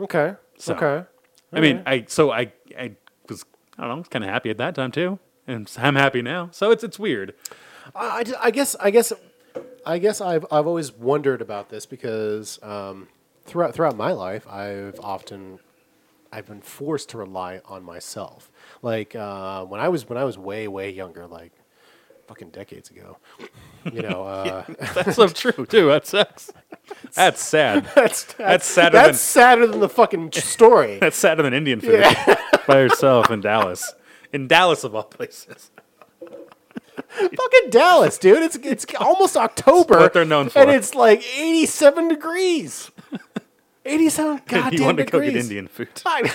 A: Okay,
B: So-
A: okay.
B: I mean, I so I I was I don't know, kind of happy at that time too, and s- I'm happy now. So it's it's weird.
A: I, I ju- I guess I guess I guess I've I've always wondered about this because um, throughout throughout my life I've often I've been forced to rely on myself. Like uh, when I was when I was way way younger, like fucking decades ago, you
B: *laughs*
A: know. Uh,
B: That's so true too. That sucks. That's sad.
A: *laughs* That's, that's,
B: sadder
A: That's
B: than- *laughs*
A: sadder than the fucking story.
B: That's sadder than Indian food by yourself in Dallas. in Dallas of all places.
A: Fucking Dallas, dude. It's it's almost October.
B: what they're known for.
A: And it's like 87 degrees. 87 goddamn
B: *laughs* you want to go
A: degrees.
B: get Indian food? *laughs*
A: I-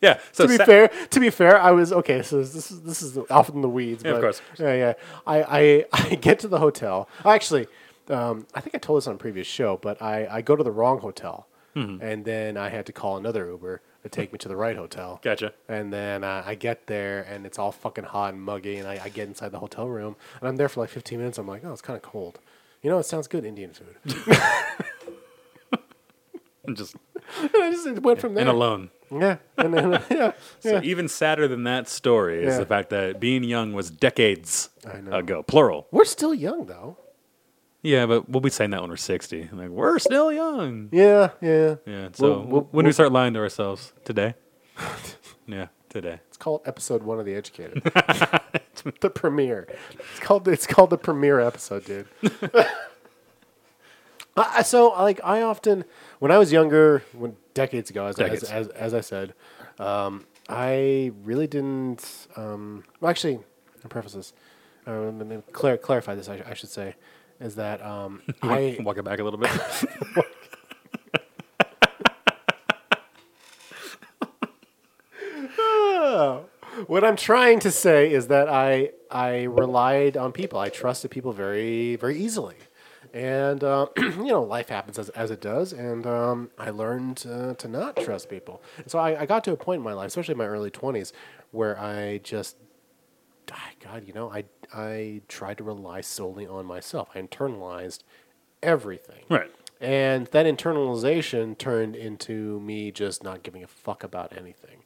B: Yeah. So
A: to be
B: Sa-
A: fair, to be fair, I was okay. So this is this is off in the weeds.
B: Yeah,
A: but,
B: of course.
A: Yeah, yeah. I, *laughs* I I get to the hotel. Actually, um, I think I told this on a previous show, but I I go to the wrong hotel,
B: Mm-hmm.
A: and then I had to call another Uber to take me to the right hotel.
B: Gotcha.
A: And then uh, I get there, and it's all fucking hot and muggy, and I, I get inside the hotel room, and I'm there for like 15 minutes. I'm like, oh, it's kind of cold. You know, it sounds good, Indian food. *laughs*
B: I'm just
A: and I just went from there.
B: and alone.
A: Yeah, and then, *laughs* yeah,
B: So even sadder than that story is
A: Yeah.
B: the fact that being young was decades
A: I know.
B: ago, plural.
A: We're still young though.
B: Yeah, but we'll be saying that when we're 60. Like we're still young.
A: Yeah, yeah.
B: Yeah.
A: We'll-
B: So
A: we'll-
B: when
A: we'll-
B: we start lying to ourselves
A: *laughs*
B: today, yeah, today.
A: It's called episode one of the Educated. *laughs* It's the premiere. It's called it's called the premiere episode, dude. *laughs* I, I- so like I often when I was younger, when decades ago, as as,
B: Decades.
A: as, as I said, um, I really didn't. Um, well, actually, I preface this. Um, let me clar- clarify this. I, I should say is that um, *laughs* I
B: Walk it back a little bit.
A: What I'm trying to say is that I I relied on people. I trusted people very very easily, and uh, *clears throat* you know life happens as, as it does, and um, I learned uh, to not trust people. And so I, I got to a point in my life, especially in my early 20s, where I just ah, God, you know, I I tried to rely solely on myself. I internalized everything.
B: right.
A: And that internalization turned into me just not giving a fuck about anything.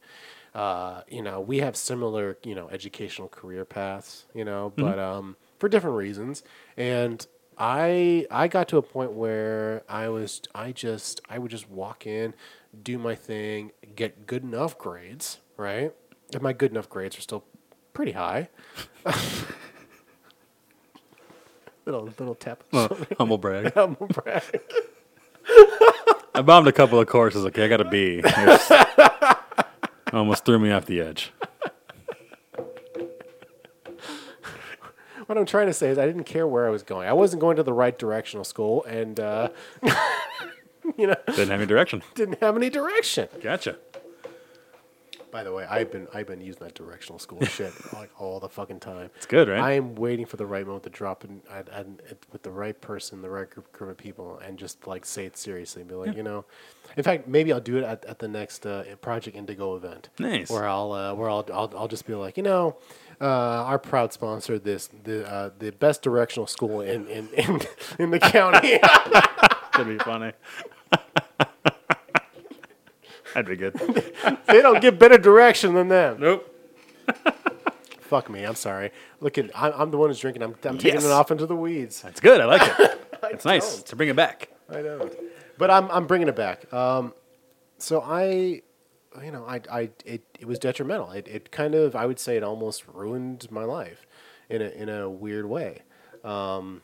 A: Uh, you know, we have similar, you know, educational career paths, you know, but um, for different reasons. And I I got to a point where I was I just I would just walk in, do my thing, get good enough grades, right? And my good enough grades are still pretty high. *laughs* little little tap.
B: Well, humble brag.
A: I'm a brag.
B: I bombed a couple of courses. Okay, I got
A: *laughs*
B: a B. It's- Almost threw me off the edge.
A: What I'm trying to say is, I didn't care where I was going. I wasn't going to the right directional school, and uh, *laughs* you know,
B: Didn't have any direction.
A: didn't have any direction.
B: Gotcha.
A: By the way, I've been I've been using that directional *laughs* school shit like all the fucking time. It's
B: good, right?
A: I am waiting for the right moment to drop in I, I, it- with the right person, the right group, group of people, and just like say it seriously and be like, you know. In fact, maybe I'll do it at, at the next uh, Project Indigo event.
B: Nice.
A: Where I'll uh, where I'll, I'll I'll just be like, you know, uh, our proud sponsor this the uh, the best directional school in in in, *laughs* in the county. *laughs*
B: That'd be funny. *laughs* That'd be good.
A: they don't get better direction than them.
B: Nope.
A: Fuck me. I'm sorry. Look at I'm, I'm the one who's drinking. I'm, I'm taking
B: Yes.
A: it off into the weeds.
B: That's good. I
A: *laughs*
B: like it. It's nice
A: don't.
B: to bring it back.
A: I know. But I'm I'm bringing it back. Um, so I, you know, I I it, it was detrimental. It it kind of I would say it almost ruined my life, in a in a weird way. Um,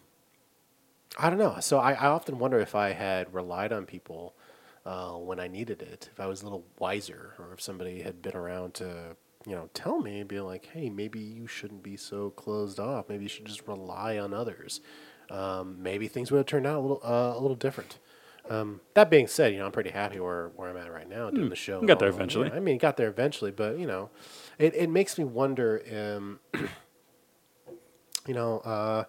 A: I don't know. So I, I often wonder if I had relied on people uh, when I needed it, if I was a little wiser, or if somebody had been around to you know tell me and be like, hey, maybe you shouldn't be so closed off. Maybe you should just rely on others. Um, maybe things would have turned out a little uh, a little different. Um, that being said, you know I'm pretty happy where, where I'm at right now doing the show. and
B: Hmm. got
A: all
B: there
A: that. Yeah,
B: eventually.
A: I mean, got there eventually, but you know, it, it makes me wonder, um, you know, uh,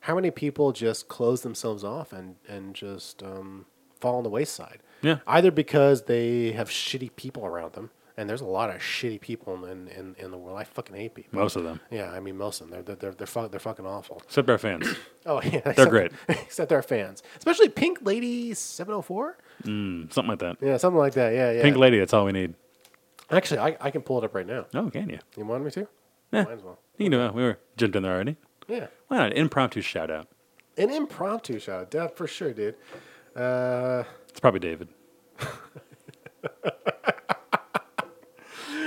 A: how many people just close themselves off and and just um, fall on the wayside.
B: Yeah.
A: Either because they have shitty people around them, and there's a lot of shitty people in in, in the world. I fucking hate people.
B: Most of them,
A: Yeah, I mean, most of them. They're they're they're, fu- they're fucking awful.
B: except our
A: *clears throat*
B: fans.
A: Oh yeah, they're
B: great.
A: *laughs* Except our fans, especially Pink Lady Seven Hundred Four.
B: Mm, Something like that.
A: Yeah, something like that. Yeah, yeah.
B: Pink lady. That's all we need.
A: Actually, I, I can pull it up right now.
B: Oh, can you?
A: You want me to?
B: Yeah.
A: Might as well.
B: You know, we were jumped in there already.
A: Yeah.
B: Why not impromptu shout out?
A: An impromptu shout out, yeah, for sure, dude. Uh,
B: It's
A: *laughs*
B: probably David.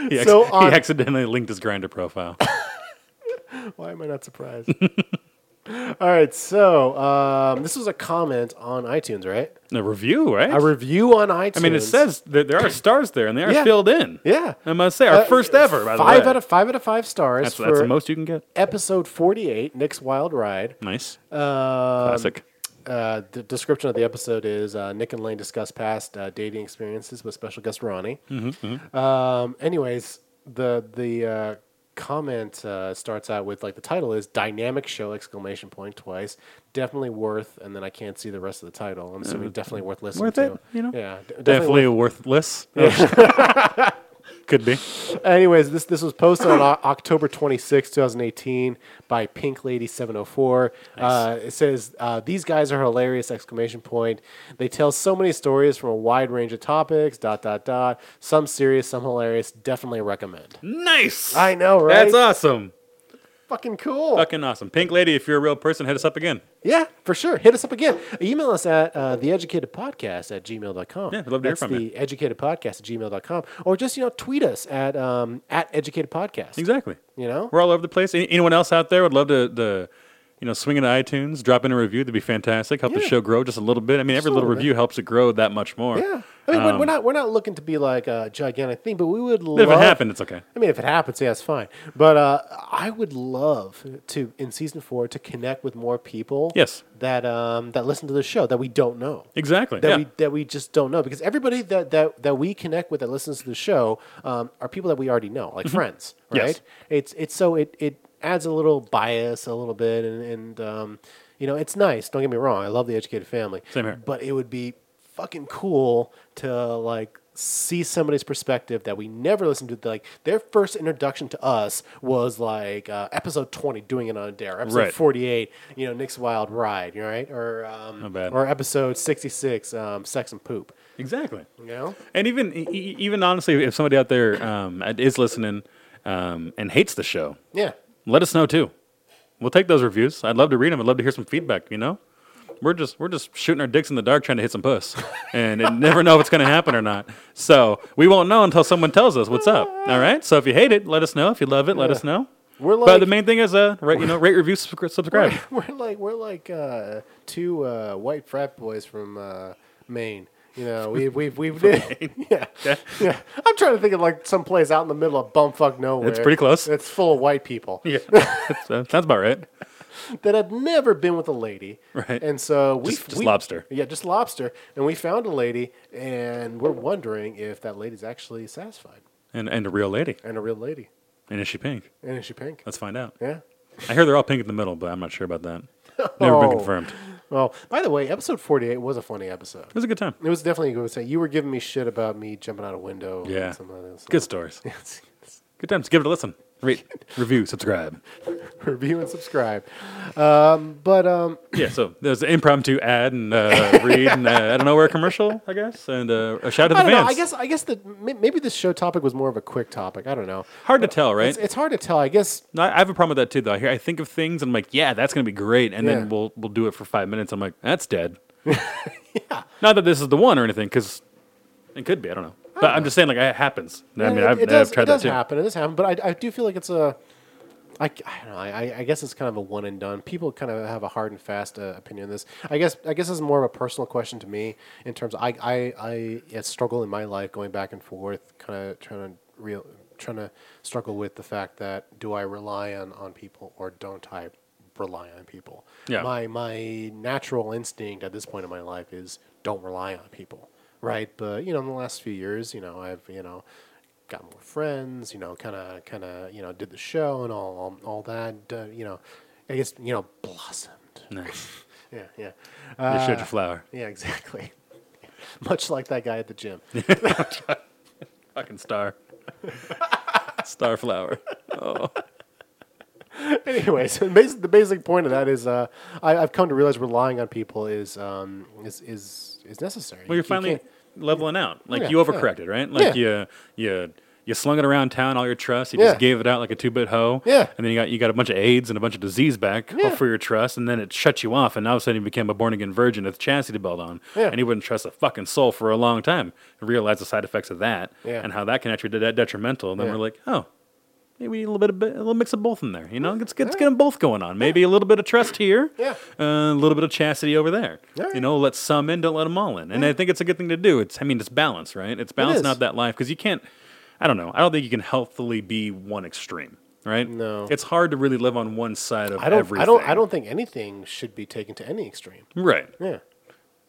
B: he,
A: So
B: acc-
A: on-
B: he accidentally linked his grinder profile.
A: why am I not surprised? *laughs* All right, so um, this was a comment on iTunes, right?
B: A review, right?
A: A review on iTunes.
B: I mean, it says that there are stars there, and they are
A: Yeah.
B: filled in.
A: Yeah.
B: I must say, our
A: Uh,
B: first ever. By the way,
A: five out of five out of five stars
B: that's,
A: for
B: that's the most you can get.
A: episode forty-eight, Nick's Wild Ride.
B: Nice,
A: Um,
B: classic.
A: uh, the description of the episode is uh, Nick and Lane discuss past uh, dating experiences with special guest Ronnie.
B: Mm-hmm,
A: Um, anyways, the the uh, comment uh, starts out with like the title is "Dynamic Show!" exclamation point twice. Definitely worth, and then I can't see the rest of the title. I'm assuming definitely worth listening
B: Uh, worth
A: to.
B: it, you know?
A: Yeah, d- *laughs*
B: Definitely worthless. Oh, Could be.
A: Anyways, this this was posted on O- October twenty sixth, 2018 by Pink Lady 704. Uh, it says, uh, "These guys are hilarious!" Exclamation point. They tell so many stories from a wide range of topics. Dot dot dot. Some serious, some hilarious. Definitely recommend.
B: Nice.
A: I know, right?
B: That's awesome.
A: Fucking cool.
B: Fucking awesome. Pink lady, if you're a real person, hit us up again.
A: Uh, Yeah, for sure. Hit us up again. Email us at uh, theeducatedpodcast at gmail.com.
B: Yeah, I'd love to hear
A: That's
B: from
A: the
B: you.
A: educatedpodcast at gmail.com. Or just, you know, tweet us at, um, at educatedpodcast.
B: Exactly.
A: You know?
B: We're all over the place. Any- Anyone else out there would love to, the, you know, swing into iTunes, drop in a review. That'd be fantastic. Help the
A: Yeah.
B: show grow just a little bit. I mean, every
A: a
B: little
A: little bit.
B: review helps it grow that much more.
A: Yeah. I mean, we're-
B: Um,
A: we're not we're not looking to be like a gigantic thing, but we would love.
B: But if it happened, it's okay.
A: I mean, if it happens, yeah, it's fine. But uh, I would love to in season four to connect with more people.
B: Yes.
A: That um that listen to the show that we don't know.
B: Exactly.
A: That
B: yeah.
A: we that we just don't know because everybody that that that we connect with that listens to the show um, are people that we already know, like friends,
B: Mm-hmm. Yes.
A: right? It's it's so it it adds a little bias a little bit and and um, you know it's nice. Don't get me wrong, I love the educated family.
B: Same here.
A: But it would be fucking cool to like see somebody's perspective that we never listened to. Like their first introduction to us was like uh, episode twenty, doing it on a dare, or episode
B: Right.
A: forty-eight, you know, Nick's wild ride, you know, right? Or um,
B: Not bad.
A: or episode 66 um, sex and poop
B: exactly.
A: you know
B: And even e- e- even honestly, if somebody out there um, is listening um, and hates the show,
A: yeah *laughs*
B: let us know too. We'll take those reviews. I'd love to read them. I'd love to hear some feedback. You know, we're just we're just shooting our dicks in the dark trying to hit some puss,
A: *laughs*
B: and it never know if it's going to happen or not. So we won't know until someone tells us what's up. All right. So if you hate it, let us know. If you love it, let us know.
A: We're
B: but
A: like-
B: the main thing is uh, rate, you know, rate, review, subscri- subscribe.
A: *laughs* we're like we're like uh, two uh, white frat boys from uh, maine you know we we we *laughs* yeah
B: *laughs*
A: yeah i'm trying to think of like some place out in the middle of bumfuck nowhere
B: It's pretty close.
A: it's full of white people
B: Yeah, That's- uh, sounds about right.
A: that have never been with a lady
B: Right.
A: and so we
B: Just- just
A: we-
B: lobster.
A: yeah just lobster and we found a lady and we're wondering if that lady's actually satisfied
B: And and a real lady.
A: and a real lady
B: And is she pink?
A: and is she pink
B: Let's find out.
A: yeah
B: I hear they're all pink in the middle, but I'm not sure about that. Never
A: Oh.
B: been confirmed.
A: Well, by the way, episode 48 was a funny episode.
B: It was a good time.
A: It was definitely a good one. You were giving me shit about me jumping out a window.
B: Yeah.
A: And some of this.
B: Good stories. Good times. Give it a listen. Rate, review, subscribe.
A: *laughs* Review and subscribe. Um, but um,
B: Yeah, so there's an impromptu ad and uh, read and uh, I don't know where a commercial, I guess, and uh, a shout out to
A: I
B: the
A: don't know.
B: fans.
A: I guess I guess that may- maybe this show topic was more of a quick topic. I don't know.
B: Hard to tell, right?
A: It's, it's hard to tell. I guess
B: No, I I have a problem with that too, though. I, hear, I think of things and I'm like, yeah, that's going to be great. And
A: Yeah.
B: then we'll, we'll do it for five minutes. I'm like,
A: *laughs*
B: that's dead. Not that this is the one or anything, because it could be. I don't know. But I'm just saying, like, it happens. I mean,
A: it,
B: I've,
A: it does,
B: I've tried
A: it does
B: that too.
A: happen. It does happen. But I, I do feel like it's a. I, I don't know. I, I guess it's kind of a one and done. People kind of have a hard and fast uh, opinion on this. I guess I guess it's more of a personal question to me in terms of I I, I yeah, struggle in my life going back and forth, kind of trying to real trying to struggle with the fact that do I rely on on people or don't I rely on people?
B: Yeah.
A: My my natural instinct at this point in my life is don't rely on people, right? But you know, in the last few years, you know, I've you know got more friends, you know, kind of, kind of, you know, did the show and all, all, all that, uh, you know, I guess, you know, blossomed.
B: Nice.
A: Yeah, yeah,
B: You
A: uh,
B: showed your flower.
A: yeah, *laughs* exactly. Much like that guy at the
B: *laughs*
A: gym.
B: Fucking star. *laughs* star flower.
A: Anyways, the basic, the basic point of that is, uh, I, I've come to realize relying on people is, um, is, is, is necessary. You-
B: Well,
A: you
B: you're finally
A: can't-
B: leveling out. Like
A: Yeah,
B: you
A: yeah.
B: overcorrected, right? Like you you you slung it around town all your trust. You
A: Yeah.
B: just gave it out like a two bit hoe.
A: Yeah.
B: And then you got you got a bunch of AIDS and a bunch of disease back all
A: Yeah.
B: for your trust, and then it shut you off, and all of a sudden you became a born again virgin with chastity belt on.
A: Yeah.
B: And you wouldn't trust a fucking soul for a long time. And realize the side effects of that
A: Yeah.
B: and how that can actually be de- detrimental. And then
A: Yeah.
B: we're like, oh, Maybe a little bit of bo- a little mix of both in there. You know, let's get, let's get them both going on. Maybe a little bit of trust here,
A: Yeah.
B: uh, a little bit of chastity over there.
A: All right.
B: You know, let some in, don't let them all in. And I think it's a good thing to do. It's I mean, it's balance, right? It's balance,
A: is.
B: not that life, because you can't. I don't know. I don't think you can healthily be one extreme, right?
A: No.
B: it's hard to really live on one side of
A: I don't.
B: everything.
A: I don't. I don't think anything should be taken to any extreme.
B: Right.
A: Yeah.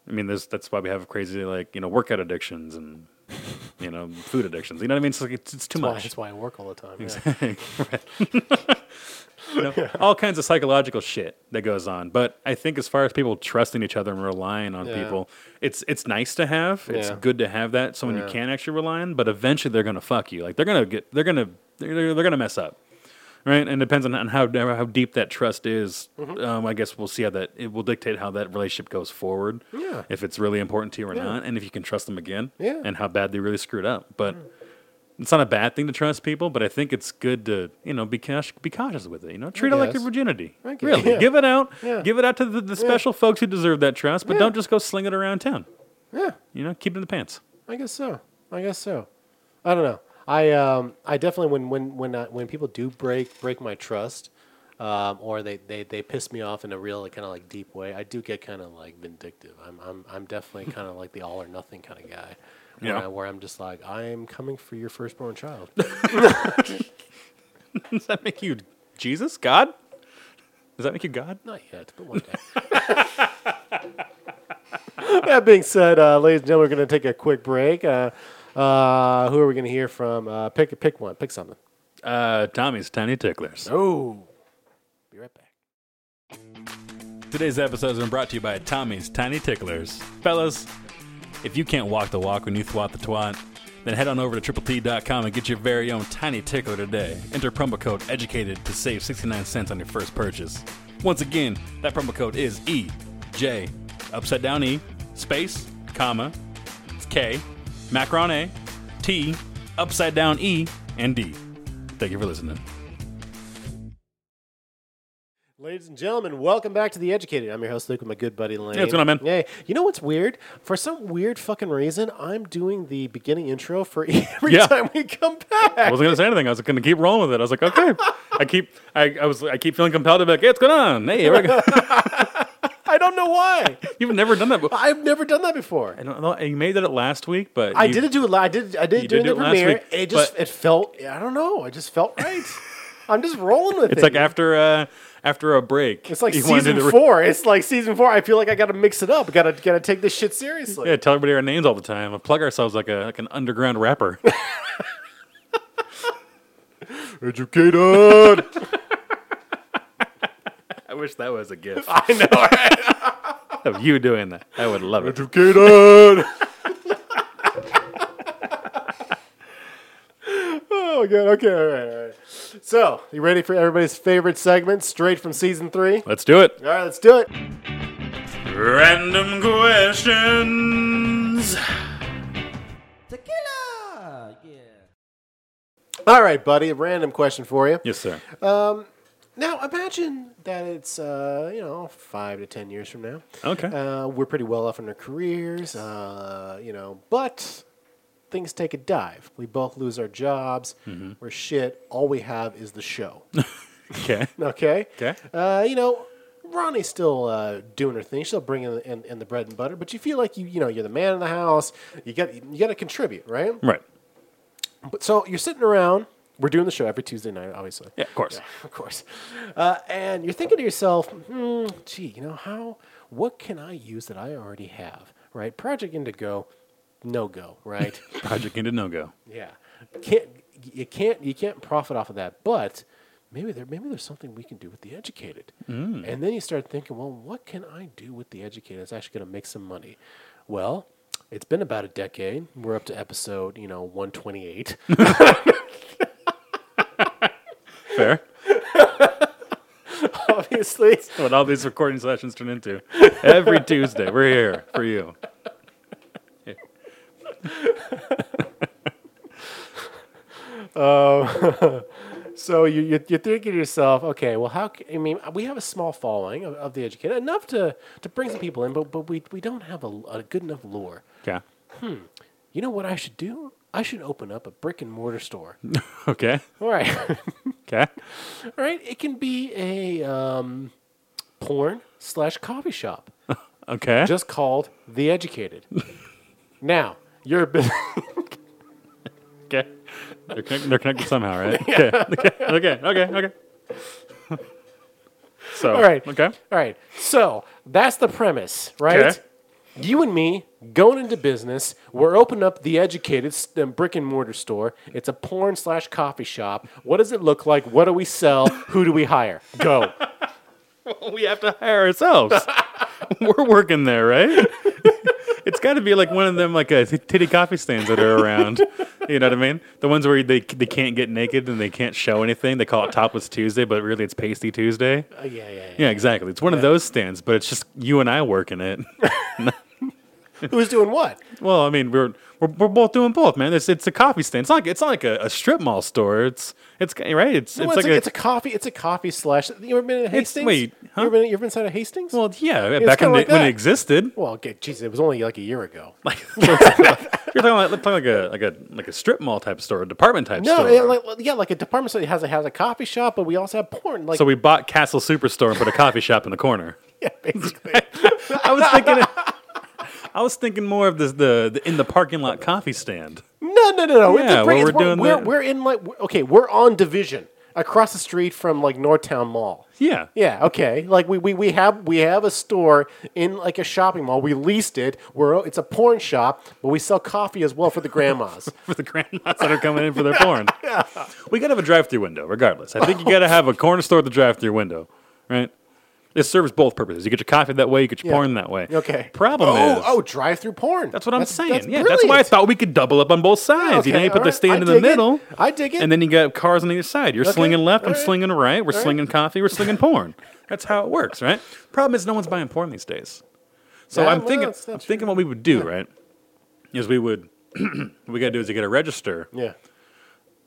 B: I mean, there's, that's why we have crazy like you know workout addictions and you know food addictions. You know what I mean? It's like it's, it's too
A: That's why,
B: much.
A: that's why I work all the time. yeah.
B: you know? All kinds of psychological shit that goes on. But I think as far as people trusting each other and relying on
A: Yeah.
B: people, it's it's nice to have. It's
A: Yeah.
B: good to have that someone
A: Yeah.
B: you can actually rely on. But eventually they're gonna fuck you. Like they're gonna get they're gonna they're, they're, they're gonna mess up. Right, and it depends on, on how how deep that trust is.
A: Mm-hmm.
B: Um, I guess we'll see how that it will dictate how that relationship goes forward.
A: Yeah.
B: if it's really important to you or
A: Yeah.
B: not, and if you can trust them again.
A: Yeah. Mm.
B: and how bad they really screwed up. But it's not a bad thing to trust people, but I think it's good to you know be cautious, be cautious with it. You know, treat it like your
A: guess.
B: virginity.
A: I guess,
B: Really,
A: yeah.
B: give it out.
A: Yeah.
B: Give it out to the, the special folks who deserve that trust, but
A: Yeah.
B: don't just go sling it around town.
A: *laughs* yeah.
B: You know, keep it in the pants. *laughs*
A: I guess so. I guess so. I don't know. I um I definitely when when when I, when people do break break my trust, um or they they, they piss me off in a real kind of like deep way, I do get kind of like vindictive. I'm I'm I'm definitely kind of like the all or nothing kind of guy. Where,
B: Yeah.
A: I, where I'm just like I am coming for your firstborn child.
B: Does that make you Jesus God? Does that make you God?
A: Not yet, but one day. *laughs* that being said, uh, ladies and gentlemen, we're going to take a quick break. Uh, uh, who are we going to hear from? Uh, pick pick one. Pick something.
B: Uh, Tommy's tiny ticklers.
A: Oh, be right back.
B: Today's episode has been brought to you by Tommy's Tiny Ticklers. Fellas, if you can't walk the walk when you thwat the twat, then head on over to TripleT.com and get your very own Tiny Tickler today. Enter promo code EDUCATED to save 69 cents on your first purchase. Once again, that promo code is EJ, upside down E, space, comma, it's K, macron A, T, upside down E, and D. Thank you for listening.
A: Ladies and gentlemen, welcome back to The Educated. I'm your host, Luke, with my good buddy Lane.
B: Hey, what's going on, man?
A: Hey, you know what's weird? For some weird fucking reason, I'm doing the beginning intro for *laughs* every
B: Yeah.
A: time we come back.
B: I wasn't gonna say anything. I was gonna keep rolling with it. I was like, okay. I keep, I, I was, I keep feeling compelled to be like, hey, what's going on? Hey, here we go. *laughs*
A: I don't know why.
B: you've never done that. Before.
A: I've never done that before.
B: I don't know. You may did it last week, but
A: I
B: you-
A: did it do it. li- I did. I did
B: You
A: it during
B: did
A: the
B: do it last
A: premiere.
B: week,
A: it just.
B: but-
A: It felt. I don't know. I just felt
B: *laughs*
A: right. I'm just rolling with it.
B: It's like after, uh, after a break.
A: It's like
B: you wanna do
A: season
B: the re-
A: four. It's like season four. I feel like I got to mix it up. Got to got to take this shit seriously.
B: Yeah, tell everybody our names all the time. and Plug ourselves like a like an underground rapper.
A: *laughs* Educated.
B: *laughs* I wish that was a gift
A: I know. Right?
B: *laughs* of you doing that. I would love it.
A: Educated. oh god. Okay. All right. All right. So, you ready for everybody's favorite segment, straight from season three?
B: Let's do it.
A: All right, let's do it.
B: Random questions.
C: Tequila! Yeah.
A: All right, buddy. A random question for you.
B: Yes, sir.
A: Now imagine that it's uh, you know five to ten years from now.
B: Okay.
A: Uh, we're pretty well off in our careers, uh, you know, but things take a dive. We both lose our jobs. We're shit. All we have is the show. *laughs*
B: *laughs* okay.
A: okay.
B: Okay.
A: Uh, you know, Ronnie's still uh, doing her thing. She'll bring in, in, in the bread and butter, but you feel like you you know you're the man in the house. You got you got to contribute, right?
B: Right.
A: But so you're sitting around. We're doing the show every Tuesday night, obviously.
B: Yeah, of course.
A: *laughs* Of course. Uh, and you're thinking to yourself, hmm, gee, you know, how, what can I use that I already have, right? Project Indigo, no go, right?
B: Project into no go.
A: yeah. Can't, you can't, you can't profit off of that, but maybe there, maybe there's something we can do with the educated. And then you start thinking, well, what can I do with the educated that's actually going to make some money? Well, it's been about a decade. We're up to episode, you know, 128.
B: Fair.
A: *laughs* obviously.
B: *laughs* what all these recording sessions turn into. Every Tuesday, we're here for you.
A: Um, *laughs* So you, you, you're thinking to yourself, okay, well, how? c I I mean, we have a small following of, of the educated, enough to, to bring some people in, but but we, we don't have a, a good enough lore.
B: Yeah.
A: You know what I should do? I should open up a brick and mortar store.
B: Okay.
A: All right. *laughs*
B: Okay.
A: All right. It can be a um, porn slash coffee shop.
B: Okay.
A: just called The Educated. now, your *laughs* business.
B: okay. They're, connect- they're connected somehow, right? *laughs* Okay. Okay. Okay. Okay. *laughs* Okay. so.
A: All right.
B: Okay.
A: All right. So that's the premise, right?
B: Okay.
A: You and me going into business. We're opening up the educated s- uh, brick and mortar store. It's a porn slash coffee shop. What does it look like? What do we sell? Who do we hire?
B: *laughs*
A: Go. Uh,
B: We have to hire ourselves. *laughs* We're working there, right? *laughs* it's got to be like one of them, like uh, titty coffee stands that are around. You know what I mean? The ones where they they can't get naked and they can't show anything. They call it Topless Tuesday, but really it's Pasty Tuesday.
A: Uh, yeah, yeah,
B: Yeah, exactly. It's one of those stands, but it's just you and I working it. *laughs*
A: yeah. Who's doing what?
B: Well, I mean, we're we're, we're both doing both, man. It's it's a coffee stand. It's not it's not like a, a strip mall store. It's it's right. It's
A: Well,
B: it's like
A: a,
B: a,
A: it's a coffee. It's a coffee slash. You ever been in Hastings?
B: wait, huh?
A: You ever been? You ever been inside of Hastings?
B: well, yeah. Back
A: kinda
B: in the,
A: like
B: when
A: that.
B: it existed,
A: well, okay, geez, it was only like a year ago.
B: like you're talking like, like, like a like a like a strip mall type store, a department type
A: No,
B: store.
A: yeah, like, yeah, like a department store that has a, has a coffee shop, but we also have porn. Like,
B: so we bought Castle Superstore and put a coffee shop in the corner.
A: *laughs* yeah, basically.
B: I was thinking, I was thinking more of this the, the in the parking lot coffee stand.
A: no, no, no, no.
B: Yeah,
A: it's a great,
B: well,
A: it's-
B: we're doing
A: we're,
B: that.
A: we're in like we're- okay, we're on Division across the street from like Northtown Mall.
B: Yeah,
A: Yeah, okay. Like we, we, we have we have a store in like a shopping mall. We leased it. We're it's a porn shop, but we sell coffee as well for the grandmas. *laughs*
B: for the grandmas that are coming in for their porn. We gotta have a drive-through window, regardless. I think you gotta have a corner store with a drive-through window, right? It serves both purposes. You get your coffee that way, you get your
A: Yeah.
B: porn that way.
A: Okay.
B: Problem
A: oh,
B: is,
A: oh, drive through porn.
B: that's what I'm saying. yeah,
A: brilliant.
B: that's why I thought we could double up on both sides. you know,
A: okay,
B: you put
A: all
B: the
A: right,
B: stand
A: I
B: in the
A: dig it,
B: middle.
A: I dig it.
B: And then you got cars on either side. You're slinging left,
A: all
B: I'm
A: right,
B: slinging right. We're
A: all right.
B: slinging coffee. We're slinging porn. That's how it works, right? Problem is, no one's buying porn these days. So
A: Yeah,
B: I'm
A: well,
B: thinking,
A: that's not
B: I'm thinking what we would do, right? Is we would, *clears throat* what we got to do is we got to register
A: yeah.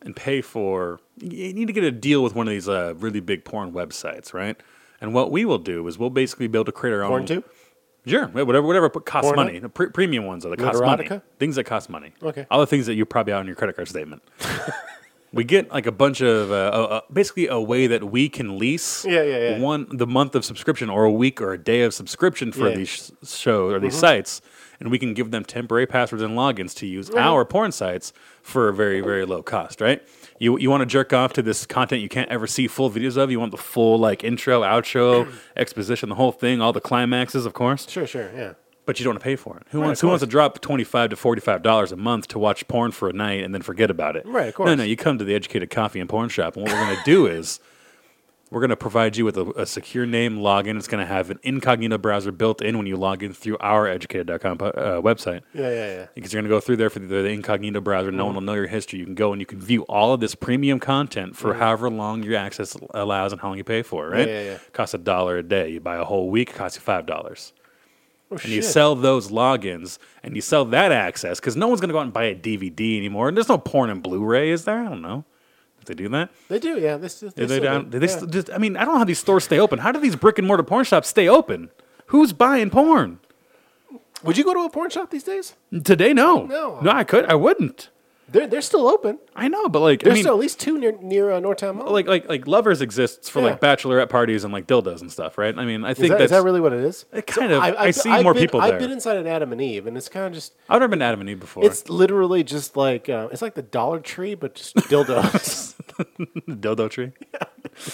B: and pay for. You need to get a deal with one of these uh, really big porn websites, right? And what we will do is we'll basically be able to create our
A: Porn
B: own.
A: tube?
B: Sure, yeah, whatever, whatever p- costs
A: Porno?
B: money. The pre- premium ones are that cost money.
A: Erotica?
B: Things that cost money.
A: Okay.
B: All the things that you probably out on your credit card statement. *laughs* we get like a bunch of uh, uh, uh, basically a way that we can lease.
A: Yeah, yeah, yeah.
B: One the month of subscription, or a week, or a day of subscription for
A: Yeah. Mm-hmm.
B: these sh- shows or these sites, and we can give them temporary passwords and logins to
A: Mm-hmm.
B: use our porn sites for a very very low cost, right? You, you want to jerk off to this content you can't ever see full videos of. You want the full like intro, outro, *clears throat* exposition, the whole thing, all the climaxes, of course
A: Sure, sure, yeah.
B: but you don't want to pay for it. Who wants? Who wants to drop twenty five to forty five dollars a month to watch porn for a night and then forget about it?
A: Right, of
B: No,
A: course.
B: no. You come to the Educated Coffee and Porn Shop, and what we're going to
A: *laughs*
B: do is we're going to provide you with a, a secure name login. It's going to have an incognito browser built in when you log in through our educated.com po- uh, website.
A: Yeah, yeah, yeah.
B: Because you're going to go through there for the, the incognito browser. No one will know your history. You can go and you can view all of this premium content for however long your access allows and how long you pay for it, right?
A: Mm-hmm. yeah, yeah.
B: Costs a dollar a day. You buy a whole week, it costs you $5
A: Oh,
B: and you
A: shit.
B: sell those logins and you sell that access because no one's going to go out and buy a DVD anymore. And there's no porn and Blu-ray, is there? I don't know if they do that.
A: They do, yeah. This, this,
B: Do
A: this
B: they, down, do they
A: yeah.
B: still just, I mean, I don't know how these stores stay open. How do these brick and mortar porn shops stay open? Who's buying porn
A: Would you go to a porn shop these days?
B: today? No,
A: No.
B: no, I could, I wouldn't.
A: They're they're still open.
B: I know, but like,
A: There's
B: I mean,
A: still at least two near near uh, Northtown Mall.
B: like, like, like, lovers exists for
A: Yeah.
B: like bachelorette parties and like dildos and stuff, right? I mean, I
A: is,
B: think
A: that, is
B: that's.
A: that really what it is?
B: It kind of- I see
A: I've
B: more
A: been-
B: people
A: I've
B: there.
A: been inside an Adam and Eve, and it's kind of just
B: I've never been to Adam and Eve before.
A: it's literally just like uh, it's like the Dollar Tree, but just
B: *laughs*
A: dildos.
B: dildo tree.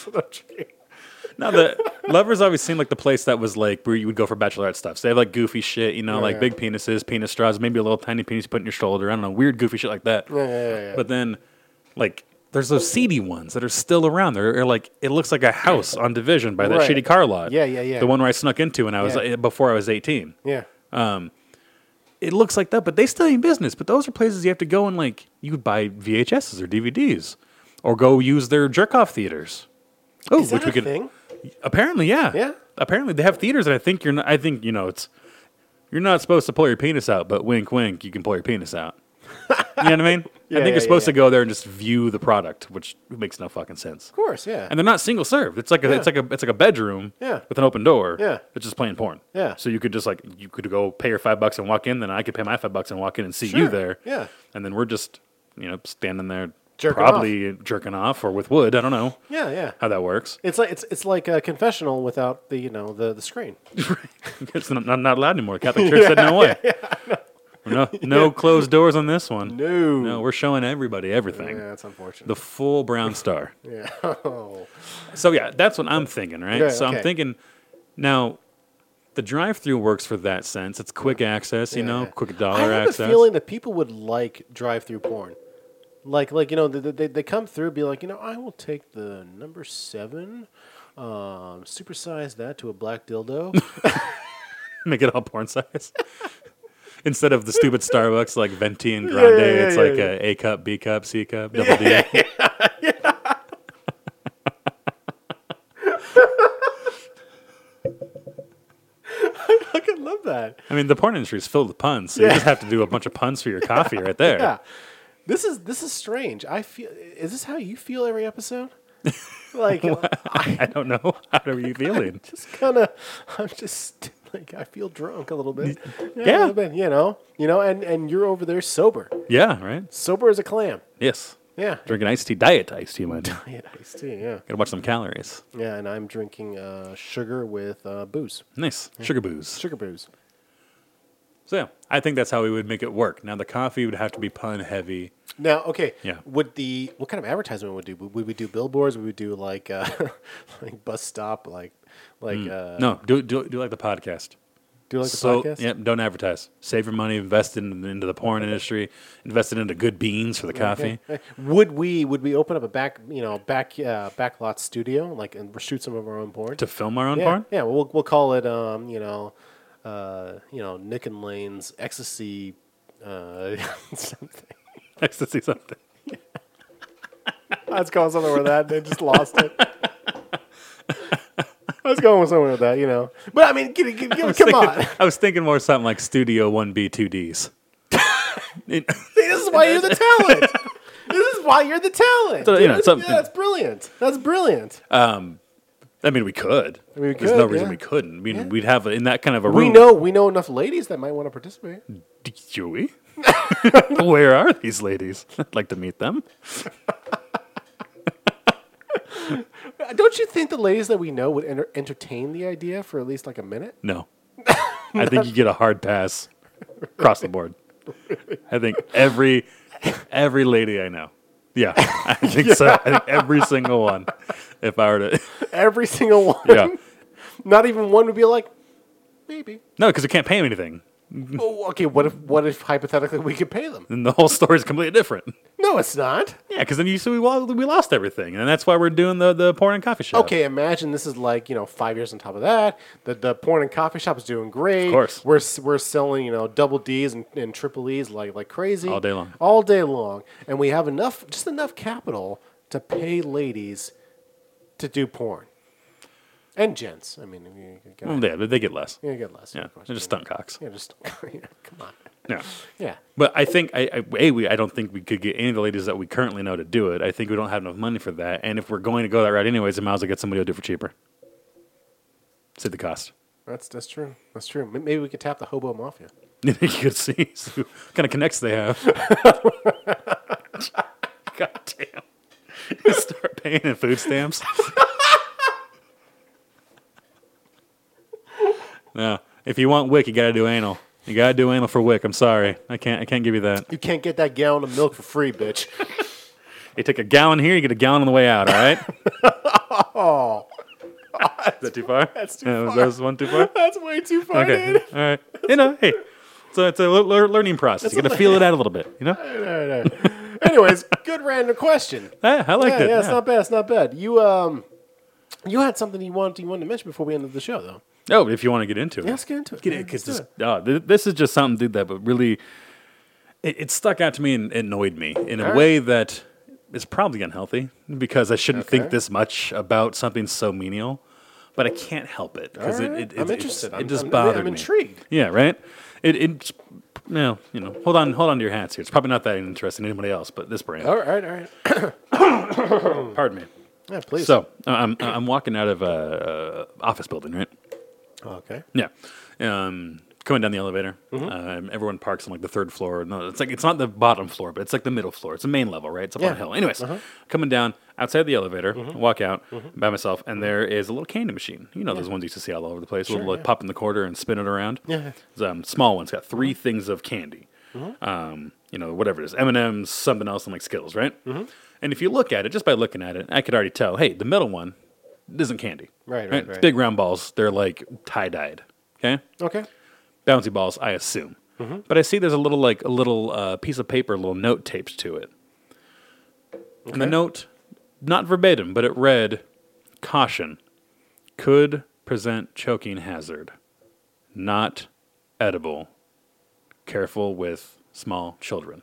A: Dollar Tree.
B: No, the lovers always seemed like the place that was like where you would go for bachelorette stuff. So they have like goofy shit, you know, like
A: yeah.
B: big penises, penis straws, maybe a little tiny penis you put in your shoulder. I don't know, weird goofy shit like that.
A: Yeah, yeah, yeah, yeah.
B: But then, like, there's those seedy ones that are still around. They're, they're like it looks like a house on Division by that
A: Right.
B: shitty car lot.
A: Yeah, yeah, yeah.
B: The one where I snuck into when I was
A: Yeah.
B: uh, before I was 18.
A: yeah.
B: It looks like that, but they still ain't business. But those are places you have to go and like you would buy VHSs or DVDs, or go use their jerk off theaters. Oh,
A: Is that a thing?
B: Apparently, yeah.
A: Yeah?
B: Apparently, they have theaters, and I think you're. Not, I think you know it's.
A: *laughs*
B: You're not supposed to pull your penis out, but wink, wink, you can pull your penis out. you know what I mean? I think
A: yeah,
B: you're supposed
A: yeah,
B: to go there and just view the product, which makes no fucking sense.
A: Of course, yeah.
B: And they're not single served. It's like a, it's like a it's like a bedroom
A: Yeah.
B: with an open door.
A: Yeah.
B: It's just playing porn.
A: Yeah.
B: So you could just like you could go pay your five bucks and walk in, then I could pay my five bucks and walk in and see you
A: Sure.
B: there.
A: Yeah.
B: And then we're just, you know, standing there
A: Jerking
B: probably jerking off or with wood. I don't know
A: yeah, yeah.
B: how that works.
A: It's like it's it's like a confessional without the you know the the screen.
B: it's not, not, not allowed anymore.
A: *laughs*
B: Catholic Church said no way. no no closed doors on this one.
A: No.
B: No, we're showing everybody everything.
A: Yeah, that's unfortunate.
B: The full brown star.
A: yeah. *laughs* Oh.
B: So yeah, that's what I'm thinking, right?
A: Yeah,
B: so
A: okay.
B: I'm thinking now the drive-through works for that sense. It's quick access, you
A: Yeah,
B: know,
A: yeah.
B: quick
A: I
B: dollar
A: have
B: access.
A: a feeling that people would like drive-through porn. Like, like you know, they, they, they come through, be like, you know, I will take the number seven, um, supersize that to a black dildo.
B: *laughs*
A: *laughs*
B: Make it all porn size. *laughs* Instead of the stupid Starbucks like venti and grande,
A: yeah, yeah,
B: it's
A: yeah,
B: like
A: yeah.
B: a A cup, B cup, C cup, double D.
A: I could love that.
B: I mean, the porn industry is filled with puns. So
A: Yeah.
B: You just have to do a bunch of puns
A: *laughs*
B: for your coffee right there.
A: Yeah, this is this is strange. I feel. Is this how you feel every
B: *laughs*
A: episode? Like,
B: I don't know. How are you feeling?
A: just kind of i'm just *laughs* like i feel drunk a little bit yeah,
B: Yeah.
A: A little bit, you know you know and and you're over there sober
B: Yeah, right?
A: sober as a clam
B: Yes.
A: yeah
B: Drinking iced tea, diet iced tea, mind you.
A: yeah iced tea yeah
B: Gotta watch some calories.
A: yeah and i'm drinking uh sugar with uh booze
B: Nice. Sugar booze.
A: sugar booze
B: So yeah, I think that's how we would make it work. Now the coffee would have to be pun heavy.
A: now okay
B: Yeah.
A: would the what kind of advertisement would we do would we do billboards would we do like uh *laughs* like bus stop like like uh
B: Mm. no, do do do like the podcast.
A: do you like the
B: so
A: podcast
B: yep, don't advertise. Save your money. Invest in, into the porn industry. Invest it into good beans for the coffee.
A: Okay. *laughs* Would we would we open up a back you know back uh, back lot studio like and shoot some of our own porn
B: To film our own
A: yeah,
B: porn. *laughs*
A: Yeah, we'll we'll call it um, you know, uh, you know, Nick and Lane's ecstasy uh, *laughs* something.
B: Nice to see something.
A: I was going somewhere with that and they just lost it. I was going with somewhere with that, you know. But I mean, get, get,
B: *laughs* I
A: get,
B: was
A: come
B: thinking,
A: on.
B: I was thinking more something like Studio One B Two
A: *laughs*
B: Ds. *laughs*
A: This is why you're the talent. This is why you're the talent.
B: So, you know, Uh,
A: dude.
B: some-
A: Yeah, that's brilliant. That's brilliant.
B: I mean, we could.
A: I mean, we
B: There's no
A: could,
B: reason
A: yeah.
B: we couldn't. I mean, we'd have in that kind of a
A: we
B: room.
A: know we know enough ladies that might want to participate.
B: Do we? *laughs* Where are these ladies? I'd like to meet them.
A: Don't you think the ladies that we know would enter- entertain the idea for at least like a minute?
B: No. I think you get a hard pass across the board. I think every every lady I know. Yeah, I think so. I think every single one. If I were to,
A: Every single one.
B: yeah,
A: Not even one would be like, maybe.
B: no, because you can't pay them anything.
A: Oh, okay. What if what if hypothetically we could pay them?
B: Then the whole story is completely different.
A: No, it's not.
B: Yeah, because then you see we lost, we lost everything, and that's why we're doing the the porn and coffee shop.
A: Okay, imagine this is like you know five years on top of that. The the porn and coffee shop is doing great. Of
B: course.
A: we're s- we're selling you know double D's and, and triple E's like like crazy
B: All day long.
A: all day long, and we have enough just enough capital to pay ladies to do porn and gents. I mean, you, you,
B: Well,
A: gotta,
B: yeah, but they get less.
A: you get less.
B: Hmm. Yeah,
A: of course.
B: they're just stunt cocks.
A: yeah, just *laughs* yeah, come on.
B: Yeah.
A: Yeah,
B: But I think I, I a we I don't think we could get any of the ladies that we currently know to do it. I think we don't have enough money for that. And if we're going to go that route anyways, I might as well get somebody to do it for cheaper. Save the cost. *laughs*
A: that's that's true. That's true. M- Maybe we could tap the hobo mafia.
B: you could see so what kind of connects they have. God damn. You start paying in food stamps. *laughs* no. If you want wick, you gotta do anal. You gotta do anal for wick. I'm sorry. I can't I can't give you that.
A: You can't get that gallon of milk for free,
B: *laughs*
A: bitch.
B: You take a gallon here, you get a gallon on the way out, all right?
A: *laughs*
B: oh. Is that too far?
A: That's too
B: Yeah,
A: far.
B: That was one too
A: *laughs*
B: far?
A: That's way too far.
B: Okay.
A: dude.
B: All right. You know, hey. So it's a le- lear- learning process. You got to feel it out a little bit, you know?
A: *laughs* All right, all right. Anyways, good random *laughs* question.
B: Yeah, I liked
A: Yeah,
B: it.
A: yeah, it's
B: yeah.
A: not bad. It's not bad. You um, you had something you wanted you wanted to mention before we ended the show, though.
B: Oh, if you want to get into it.
A: Yeah, let's get into it.
B: Get
A: man.
B: it, 'cause
A: Let's
B: this,
A: do
B: oh, th- this is just something, dude, that would really, it, it stuck out to me and annoyed me in a
A: All right.
B: way that is probably unhealthy because I shouldn't
A: Okay.
B: think this much about something so menial, but I can't help it
A: it.
B: because
A: All
B: it,
A: right.
B: it, it,
A: I'm
B: it-
A: interested.
B: It, just
A: I'm,
B: bothered
A: I'm
B: me.
A: intrigued.
B: Yeah, right. It, it no, you know, hold on, hold on to your hats here. It's probably not that interesting to anybody else, but this brand.
A: All right, all right.
B: Pardon me.
A: Yeah, Oh. please.
B: So uh, I'm I'm walking out of a uh, office building, right?
A: okay.
B: Yeah. Um, coming down the elevator,
A: Mm-hmm.
B: um, everyone parks on like the third floor. No, it's like it's not the bottom floor, but it's like the middle floor. It's the main level, right? It's up on
A: Yeah. Uh-huh. Mm-hmm.
B: a hill. Anyways, coming down outside the elevator, walk out by myself, and there is a little candy machine. You know those ones you used to see all over the place. little like, pop in the quarter and spin it around.
A: Yeah.
B: It's, um, small one's got 3 things of candy. Um, you know whatever it is, M and M's, something else, and like Skittles, right?
A: Mm-hmm.
B: And if you look at it, just by looking at it, I could already tell. Hey, the middle one isn't candy.
A: Right, right,
B: It's
A: right.
B: big round balls. They're like tie dyed. Okay
A: Okay.
B: bouncy balls, I assume.
A: Mm-hmm.
B: But I see there's a little like a little uh, piece of paper, a little note taped to it, and the note, not verbatim, but it read, "Caution, could present choking hazard, not edible. Careful with small children."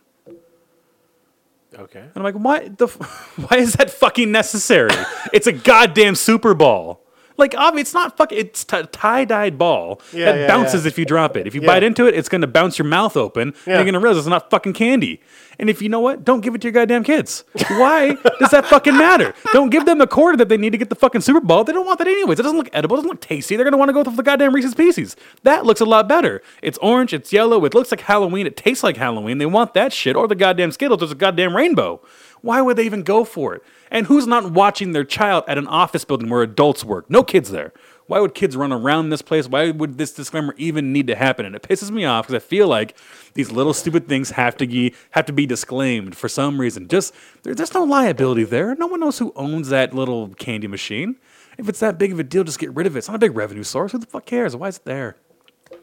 A: Okay.
B: And I'm like, why the, f- *laughs* why is that fucking necessary? it's a goddamn Super Ball. Like, obvi- it's not fucking. It's t- tie-dyed ball.
A: Yeah,
B: it
A: yeah,
B: bounces
A: yeah.
B: if you drop it. If you
A: Yeah.
B: bite into it, it's gonna bounce your mouth open. And
A: Yeah.
B: you're gonna realize it's not fucking candy. And if you know what, don't give it to your goddamn kids. Why does that fucking matter? Don't give them the quarter that they need to get the fucking Super Bowl. They don't want that anyways. It doesn't look edible. It doesn't look tasty. They're gonna want to go with the goddamn Reese's Pieces. That looks a lot better. It's orange. It's yellow. It looks like Halloween. It tastes like Halloween. They want that shit or the goddamn Skittles. There's a goddamn rainbow. Why would they even go for it? And who's not watching their child at an office building where adults work? No kids there. Why would kids run around this place? Why would this disclaimer even need to happen? And it pisses me off because I feel like these little stupid things have to be have to be disclaimed for some reason. Just there, there's no liability there. No one knows who owns that little candy machine. If it's that big of a deal, just get rid of it. It's not a big revenue source. Who the fuck cares? Why is it there?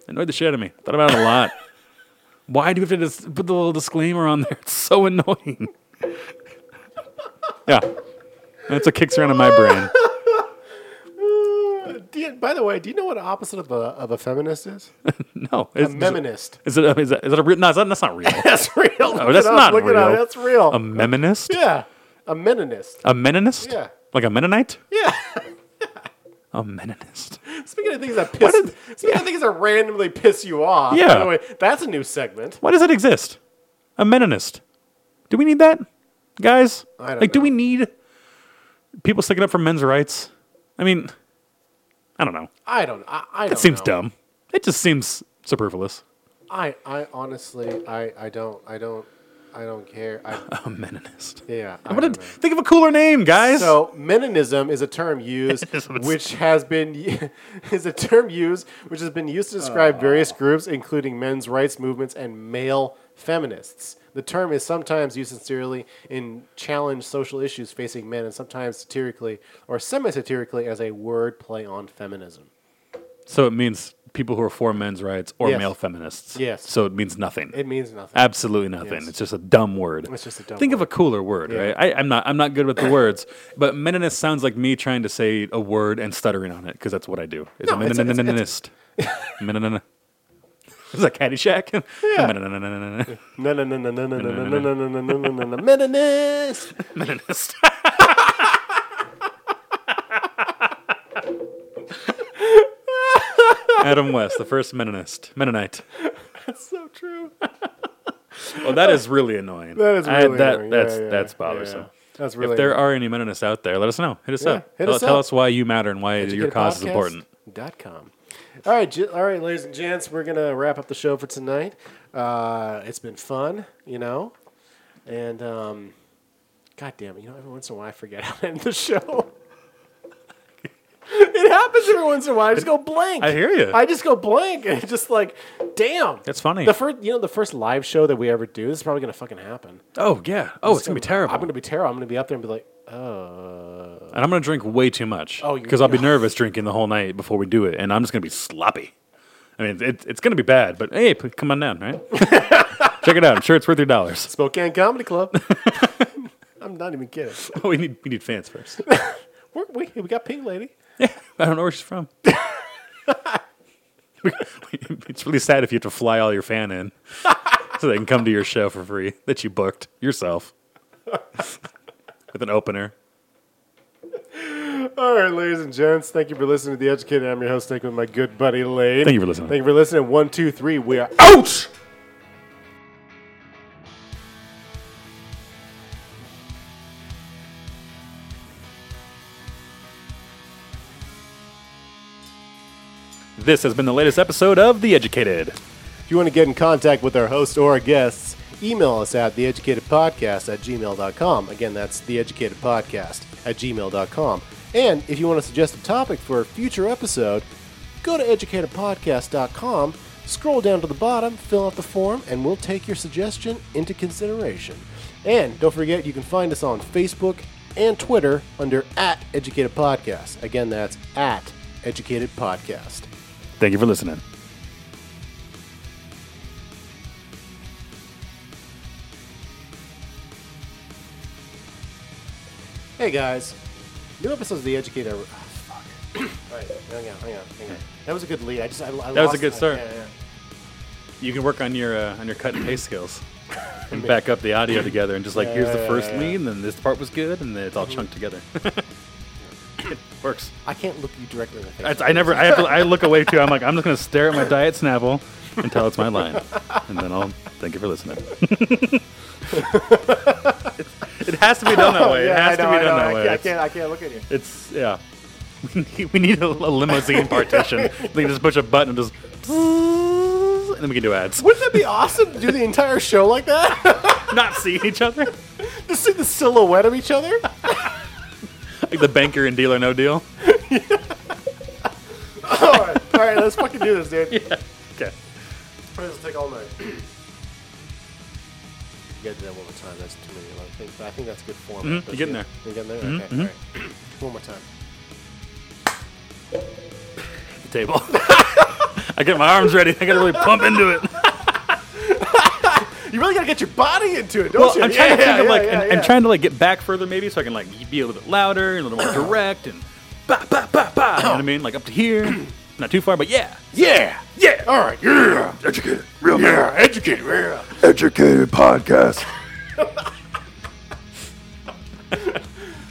B: Annoyed the shit out of me. Thought about it a lot. *laughs* Why do you have to dis- put the little disclaimer on there? It's so annoying. *laughs* yeah, that's what kicks around in my brain. *laughs*
A: Do you, by the way, do you know what the opposite of a of a feminist is?
B: No, it's,
A: A meminist.
B: Is it, is that, is that a real? No, it's not- that's not real.
A: *laughs* That's real. Look
B: No,
A: it
B: Oh, that's
A: up,
B: not
A: look
B: real. Um,
A: It up. That's real.
B: A meminist?
A: yeah. A meninist.
B: A meninist?
A: Yeah.
B: Like a Mennonite?
A: Yeah.
B: A meninist.
A: *laughs* Speaking of things that piss,
B: did-
A: speaking of things that randomly piss you off.
B: Yeah.
A: By the way, that's a new segment.
B: Why does that exist? A meninist. Do we need that, guys?
A: I don't
B: like, do
A: know.
B: we need people sticking up for men's rights? I mean, I don't know.
A: I don't. I, I don't
B: It seems
A: know.
B: dumb. It just seems superfluous.
A: I, I honestly, I, I don't, I don't, I don't care. I,
B: *laughs* A meninist.
A: yeah. I
B: I'm gonna
A: don't know.
B: think of a cooler name, guys.
A: So Meninism is a term used,
B: It is what *laughs* it's-
A: which has been *laughs* is a term used which has been used to describe
B: Uh.
A: various groups, including men's rights movements and male feminists. The term is sometimes used sincerely in challenge social issues facing men, and sometimes satirically or semi-satirically as a word play on feminism.
B: So it means people who are for men's rights or
A: Yes.
B: male feminists.
A: Yes.
B: So it means nothing.
A: It means nothing.
B: Absolutely nothing.
A: Yes.
B: It's just a dumb word.
A: It's just a dumb
B: Uh, Think of a cooler word,
A: Yeah.
B: right? I, I'm not. I'm not good with the words, but meninist sounds like me trying to say a word and stuttering on it because that's what I do. Is
A: No,
B: a
A: it's- it's-
B: meninist. Meninist. Is that Caddyshack? Yeah.
A: No, no, no, no, no, no, no, no, no, no, no, no, no, no, no, meninist. *laughs*
B: Meninist. Adam West, the first Meninist, Mennonite.
A: That's so true.
B: Oh, that is really annoying.
A: That is
B: I-
A: really
B: that,
A: annoying. Yeah,
B: That's
A: yeah,
B: that's
A: yeah.
B: bothersome.
A: That's really
B: if there are any Mennonists out there, let us know. Hit us
A: Yeah,
B: up.
A: hit
B: tell,
A: us
B: tell
A: up.
B: us why you matter and why your cause is important.
A: Dot com. All right, ge- all right, ladies and gents, we're gonna wrap up the show for tonight. Uh, it's been fun, you know, and um, God damn it, you know, every once in a while I forget how to end the show. it happens every once in a while. I just go blank.
B: I hear ya.
A: I just go blank, and it's just like, damn.
B: That's funny.
A: The first, you know, the first live show that we ever do, this is probably gonna fucking happen.
B: Oh yeah. Oh, it's gonna be terrible.
A: I'm gonna be terrible. I'm gonna be up there and be like, oh.
B: and I'm gonna drink way too much.
A: Oh, you-
B: because
A: *laughs*
B: I'll be nervous drinking the whole night before we do it, and I'm just gonna be sloppy. I mean, it, it's gonna be bad, but hey, p- come on
A: *laughs*
B: down, right? Check it out. I'm sure it's worth your dollars.
A: Spokane Comedy
B: *laughs*
A: Club. I'm not even kidding.
B: we need we need fans first.
A: We're, we we got Pink Lady.
B: Yeah, I don't know where she's from. *laughs* it's really sad if you have to fly all your fan in *laughs* so they can come to your show for free that you booked yourself *laughs* with an opener.
A: All right, ladies and gents, thank you for listening to the Educated. I'm your host, Nick, with my good buddy Lane.
B: Thank you for listening.
A: Thank you for listening. One, two, three. We are.
B: Ouch! This has been the latest episode of The Educated.
A: If you want to get in contact with our host or our guests, email us at theeducatedpodcast at gmail.com. Again, that's theeducatedpodcast at gmail.com. And if you want to suggest a topic for a future episode, go to educatedpodcast.com, scroll down to the bottom, fill out the form, and we'll take your suggestion into consideration. And don't forget, you can find us on Facebook and Twitter under at Educated Podcast. Again, that's at Educated Podcast.
B: Thank you for listening.
A: Hey guys, new episodes of The Educator. Oh,
B: *clears throat*
A: fuck. All right, hang on, hang on, hang on. That was a good lead. I just, I, I
B: was
A: lost-
B: a good start.
A: Yeah, yeah, yeah.
B: You can work on your uh, on your cut and paste skills and back up the audio together and just like here's the
A: Yeah,
B: first
A: yeah,
B: lead, and then this part was good, and then it's all chunked together. *laughs* it works.
A: I can't look you directly in the face.
B: I, I never. I have to. I look away too. I'm like I'm just gonna stare at my diet Snapple until it's my line, and then I'll thank you for listening. *laughs* it has to be done that way.
A: Yeah,
B: it has
A: I know,
B: to
A: I
B: be
A: know.
B: done
A: I
B: that way.
A: can't- I
B: It's-
A: can't, I can't look at you.
B: It's yeah. We need, we need a, a
A: *laughs*
B: limousine partition. they can just push a button and just, and then we can do ads.
A: Wouldn't that be awesome to do the entire show like that? *laughs*
B: Not seeing each other,
A: Just see the silhouette of each other? *laughs*
B: like the banker and dealer no deal.
A: all, right, all right, let's fucking do this, dude.
B: Okay.
A: This will take all night. *clears throat* you gotta do that one more time. That's too many. I think, but I think that's good form.
B: Mhm,
A: That's
B: you're
A: good.
B: getting there. Mm-hmm.
A: You're getting there? Okay, all right. *clears throat* One more time.
B: The table. *laughs* I get my arms ready. I gotta really pump into it.
A: You really gotta get your body into it, don't
B: Well,
A: you?
B: I'm trying to
A: Yeah,
B: think of
A: yeah,
B: like,
A: yeah,
B: I'm,
A: yeah.
B: I'm trying to like get back further maybe, so I can like be a little bit louder and
A: *clears throat*
B: a little more direct and ba ba ba ba. You know what I mean? Like up to here, *clears throat* not too far, but yeah.
A: Yeah, yeah. All right, yeah.
C: Educated. Real
A: Yeah, educated. Yeah.
C: Educated podcast.
A: *laughs*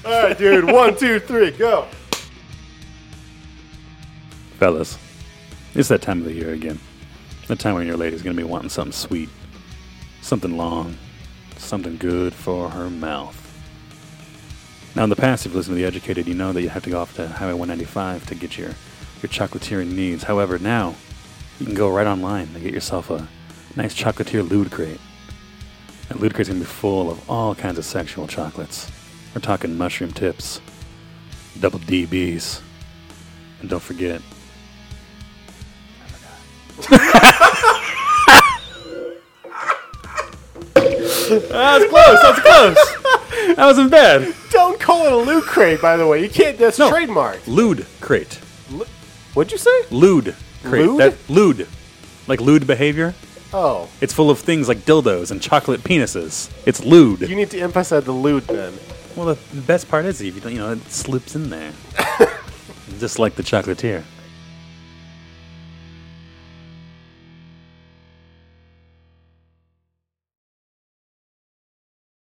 A: All right, dude. One, two, three, go.
B: Fellas, it's that time of the year again. The time when your lady's gonna be wanting something sweet, something long, something good for her mouth. Now, in the past, if you listen to The Educated, you know that you have to go off to Highway 195 to get your, your chocolatier needs. However, now, you can go right online and get yourself a nice chocolatier lewd crate. That lewd crate's gonna be full of all kinds of sexual chocolates. We're talking mushroom tips, double DBs, and don't forget, That was close. That was close. That wasn't bad.
A: Don't call it a loot crate, by the way. You can't. That's
B: No.
A: trademark.
B: Lewd crate.
A: What'd you say?
B: Lewd crate.
A: Lewd?
B: That lewd, like lewd behavior.
A: Oh,
B: It's full of things like dildos and chocolate penises. It's lewd.
A: you need to emphasize the lewd then.
B: *coughs* well, the best part is if you don't, you know it slips in there, just like the chocolatier.